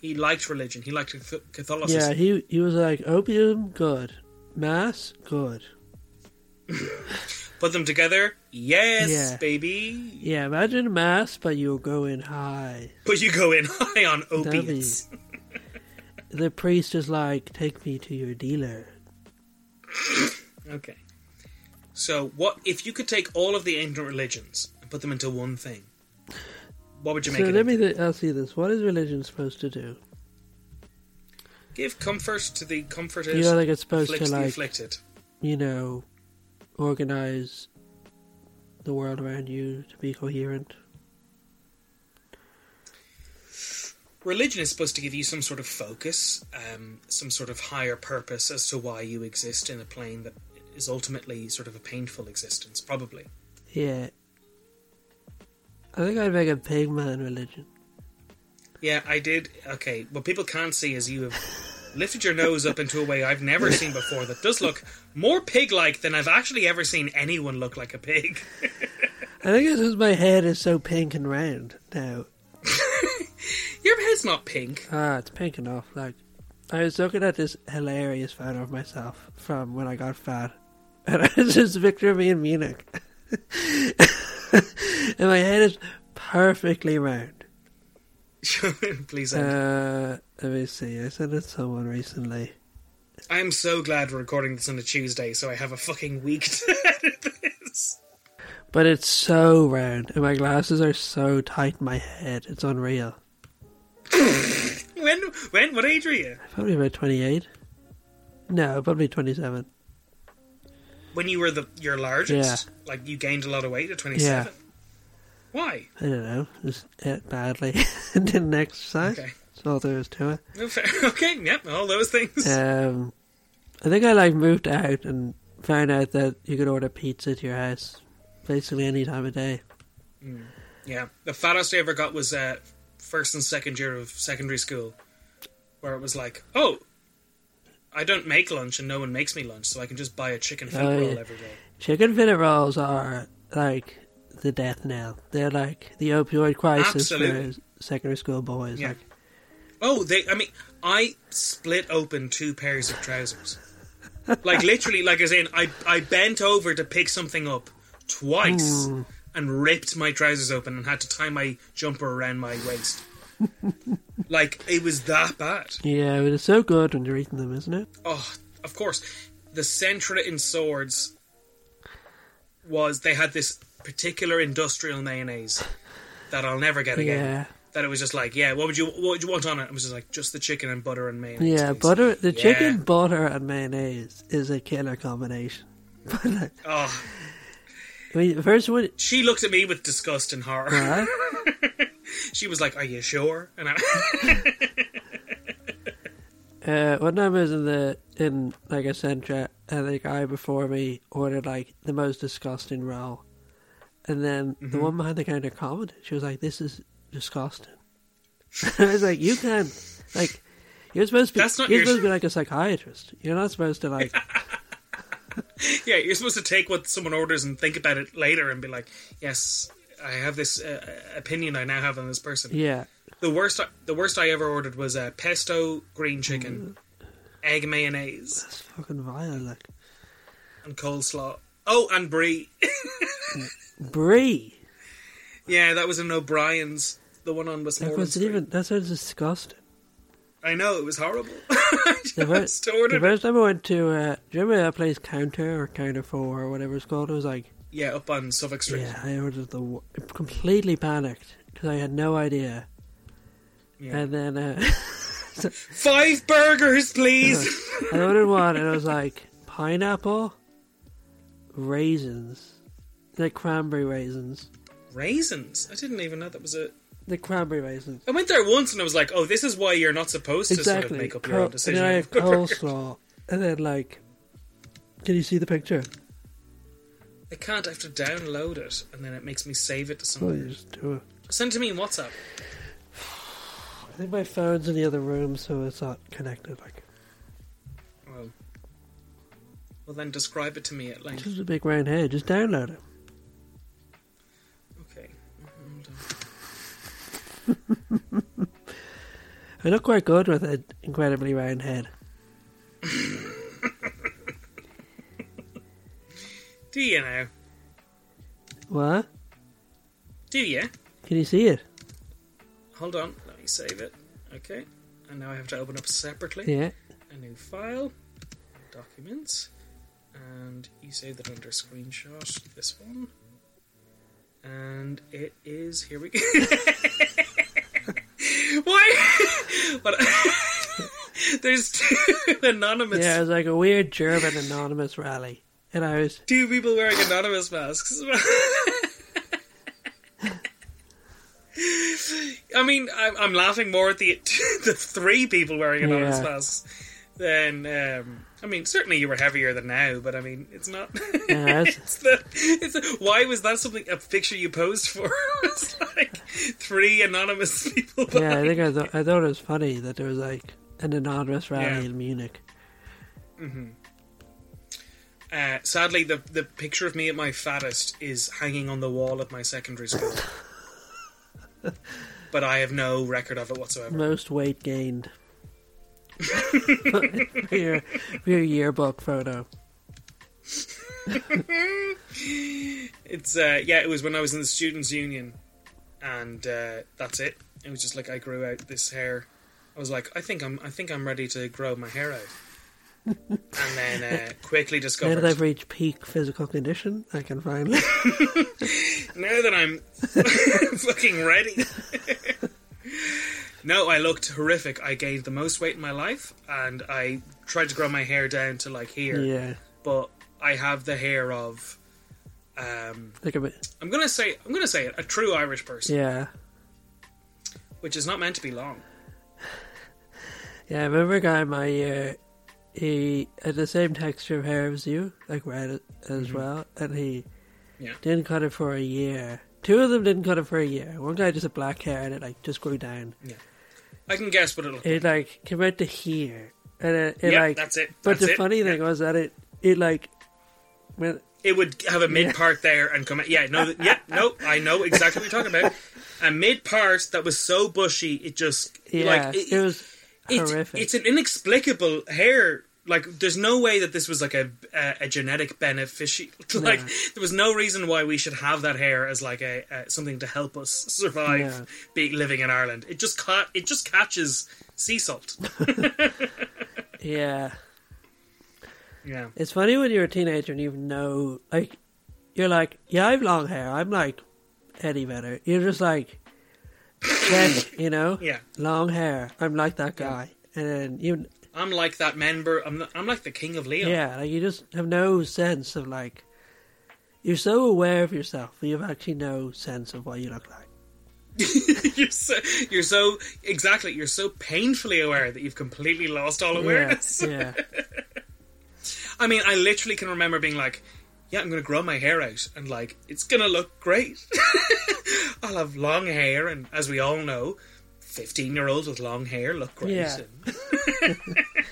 he liked religion. He liked Cath-
Yeah,
Catholicism.
he, he was like, opium, good. Mass, good.
Put them together. Yes,
Yeah.
baby.
Yeah, imagine mass, but you'll go in high.
But you go in high on
That'd be-
opiates.
The priest is like, take me to your dealer.
Okay. So what if you could take all of the ancient religions and put them into one thing? What would you make
So
it?
let
into?
me th- ask you this. What is religion supposed to do?
Give comfort to the comforted.
You know, like it's supposed
afflict
to,
the
like,
afflicted.
you know, organize the world around you to be coherent.
religion is supposed to give you some sort of focus, um, some sort of higher purpose as to why you exist in a plane that is ultimately sort of a painful existence, probably.
Yeah. I think I'd make a big man religion.
Yeah, I did. Okay, what people can't see is you have lifted your nose up into a way I've never seen before that does look more pig like than I've actually ever seen anyone look like a pig.
I think it's because my head is so pink and round now.
Your head's not pink.
Ah, it's pink enough. Like, I was looking at this hilarious photo of myself from when I got fat. And it's this picture of me in Munich. and my head is perfectly round.
Please. end.
Uh, let me see. I sent it to someone recently.
I'm so glad we're recording this on a Tuesday, so I have a fucking week to edit this.
But it's so round, and my glasses are so tight in my head. It's unreal.
When, when, what age are you?
Probably about 28. No, probably 27.
when you were the your largest, like you gained a lot of weight at twenty seven. Why?
I don't know. Just ate badly and didn't exercise.
Okay.
That's all there is to it.
No fair. Okay, yep, all those things.
Um, I think I like moved out and found out that you could order pizza to your house basically any time of day.
yeah, the fattest I ever got was uh, first and second year of secondary school, where it was like, oh, I don't make lunch and no one makes me lunch, so I can just buy a chicken feet
Oh,
roll
yeah.
every day.
Chicken fillet rolls are like the death knell. They're like the opioid crisis
Absolutely.
for secondary school boys.
Yeah.
Like,
Oh, they. I mean, I split open two pairs of trousers. Like literally, like as in, I I bent over to pick something up twice and ripped my trousers open and had to tie my jumper around my waist. like it was that bad.
yeah, but it's so good when you're eating them, isn't it?
Oh, of course, the Sentra in Swords was they had this particular industrial mayonnaise that I'll never get again.
Yeah.
That it was just like, yeah, what would you what would you want on it? It was just like just the chicken and butter and mayonnaise.
Yeah,
please.
butter. The
Yeah.
chicken butter and mayonnaise is a killer combination. But like,
Oh,
I mean, first one,
she looked at me with disgust and horror.
huh?
She was like, "Are you sure?" And I,
uh, one time I was in the in like a centre, and the guy before me ordered like the most disgusting roll, And then
Mm-hmm.
the one behind the counter commented. She was like, "This is disgusting." I was like, "You can, like, you're supposed to be,
That's not
you're
your-
supposed to be like a psychiatrist. You're not supposed to like."
yeah, you're supposed to take what someone orders and think about it later and be like, yes, I have this uh, opinion I now have on this person.
Yeah.
The worst, the worst I ever ordered was uh, pesto green chicken,
Mm.
egg mayonnaise,
fucking vile, like
and coleslaw. Oh, and brie.
brie.
Yeah, that was in O'Brien's, the one on
That
Westmoreland.
wasn't even. That sounds disgusting.
I know it was horrible.
The first,
Just ordered
the first time I went to, uh, do you remember that place Counter or Counter Four or whatever it's called? I was like,
Yeah, up on Suffolk Street.
yeah, I ordered the wo- completely panicked because I had no idea.
Yeah.
And then uh,
Five burgers, please.
I ordered one, and I was like, pineapple, raisins, the cranberry raisins,
Raisins. I didn't even know that was a.
the cranberry raisins.
I went there once and I was like, "Oh, this is why you're not supposed to sort of
Exactly.
make up your
Col-
own decision."
And then I have coleslaw, and then like, can you see the picture?
I can't. I have to download it, and then it makes me save it to
Oh,
somewhere.
you just do it.
Send to me in WhatsApp.
I think my phone's in the other room, so it's not connected. Like,
Well, well, then describe it to me at
it's
length.
just a big round head. Just download it.
Okay.
I look quite good with an incredibly round head.
Do you now?
What?
Do you?
Can you see it?
Hold on. Let me save it. Okay. And now I have to open up separately.
Yeah.
A new file. Documents. And you save that under screenshot. This one. And it is here we go. Why? What? There's two anonymous.
Yeah, it was like a weird German anonymous rally, and I was
two people wearing anonymous masks. I mean, I'm, I'm laughing more at the the three people wearing anonymous
Yeah.
masks than. Um, I mean, certainly you were heavier than now, but I mean, it's not.
Yeah, that's-
it's the, it's the, why was that something a picture you posed for? it's like three anonymous people.
yeah, I think I thought I thought it was funny that there was like an anonymous rally
Yeah.
in Munich.
hmm Uh, sadly, the the picture of me at my fattest is hanging on the wall at my secondary school. but I have no record of it whatsoever.
Most weight gained. for, your, for your yearbook photo.
It's uh, yeah, it was when I was in the students' union, and uh, that's it. It was just like I grew out this hair. I was like, I think I'm I think I'm ready to grow my hair out. And then uh, quickly
Now
discovered
that I've reached peak physical condition, I can finally.
now that I'm fucking ready. no, I looked horrific. I gained the most weight in my life, and I tried to grow my hair down to like here.
Yeah.
But I have the hair of, um,
Like a bit.
I'm gonna say, I'm gonna say it, a true Irish person,
Yeah.
which is not meant to be long.
Yeah, I remember a guy in my year, he had the same texture of hair as you, like red as well, and he
Mm-hmm. Yeah.
didn't cut it for a year. Two of them didn't cut it for a year. One guy just had black hair and it like just grew down.
I can guess what it looked.
It like came out to here, and it, it
Yep,
like
that's it,
But
that's
the
it,
funny thing was that it it like when
It would have a mid part there and come. Yeah, no, th- yeah, no. I know exactly what you're talking about. A mid part that was so bushy, it just
yeah
like
it, was
It's-
horrific.
It's an inexplicable hair. Like, there's no way that this was like a a, a genetic beneficial. Like, there was no reason why we should have that hair as like a, a something to help us survive
Yeah.
be, living in Ireland. It just ca- it just catches sea salt.
yeah.
Yeah,
It's funny when you're a teenager and you have no like you're like yeah I have long hair I'm like Eddie Vedder you're just like check you know
Yeah.
long hair I'm like that guy and then you
I'm like that member. I'm the, I'm like the king of Leon.
yeah like you just have no sense of like you're so aware of yourself but you have actually no sense of what you look like.
you're so you're so exactly. You're so painfully aware that you've completely lost all awareness.
Yeah, yeah.
I mean, I literally can remember being like, yeah, I'm going to grow my hair out and like it's going to look great. I'll have long hair, and as we all know, 15 year olds with long hair look great.
Yeah.
and-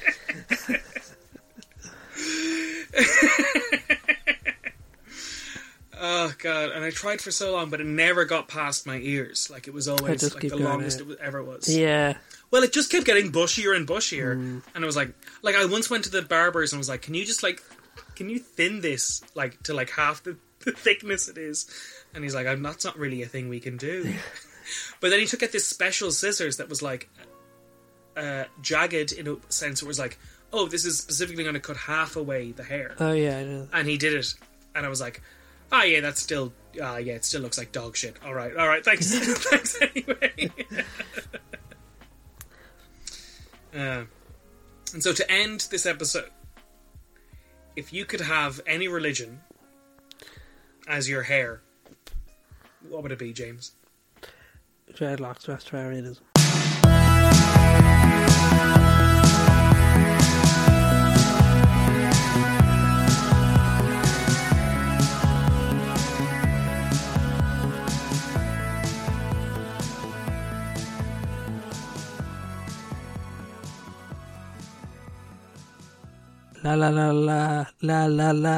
oh god! And I tried for so long, but it never got past my ears. Like it was always
just
like
keep
the
going
longest
out.
it ever was.
Yeah.
Well, it just kept getting bushier and bushier,
Mm.
and it was like, like I once went to the barbers and was like, "Can you just like, can you thin this like to like half the, the thickness it is?" And he's like, "I'm that's not really a thing we can do." but then he took out this special scissors that was like uh, jagged in a sense. It was like, "Oh, this is specifically going to cut half away the hair."
Oh yeah, I know.
and he did it, and I was like, "Ah, yeah, that's still." Ah, yeah, it still looks like dog shit. All right, all right, thanks, thanks anyway. Uh, and so to end this episode, if you could have any religion as your hair, what would it be, James?
dreadlocks, Rastafarianism. La la la la la la la.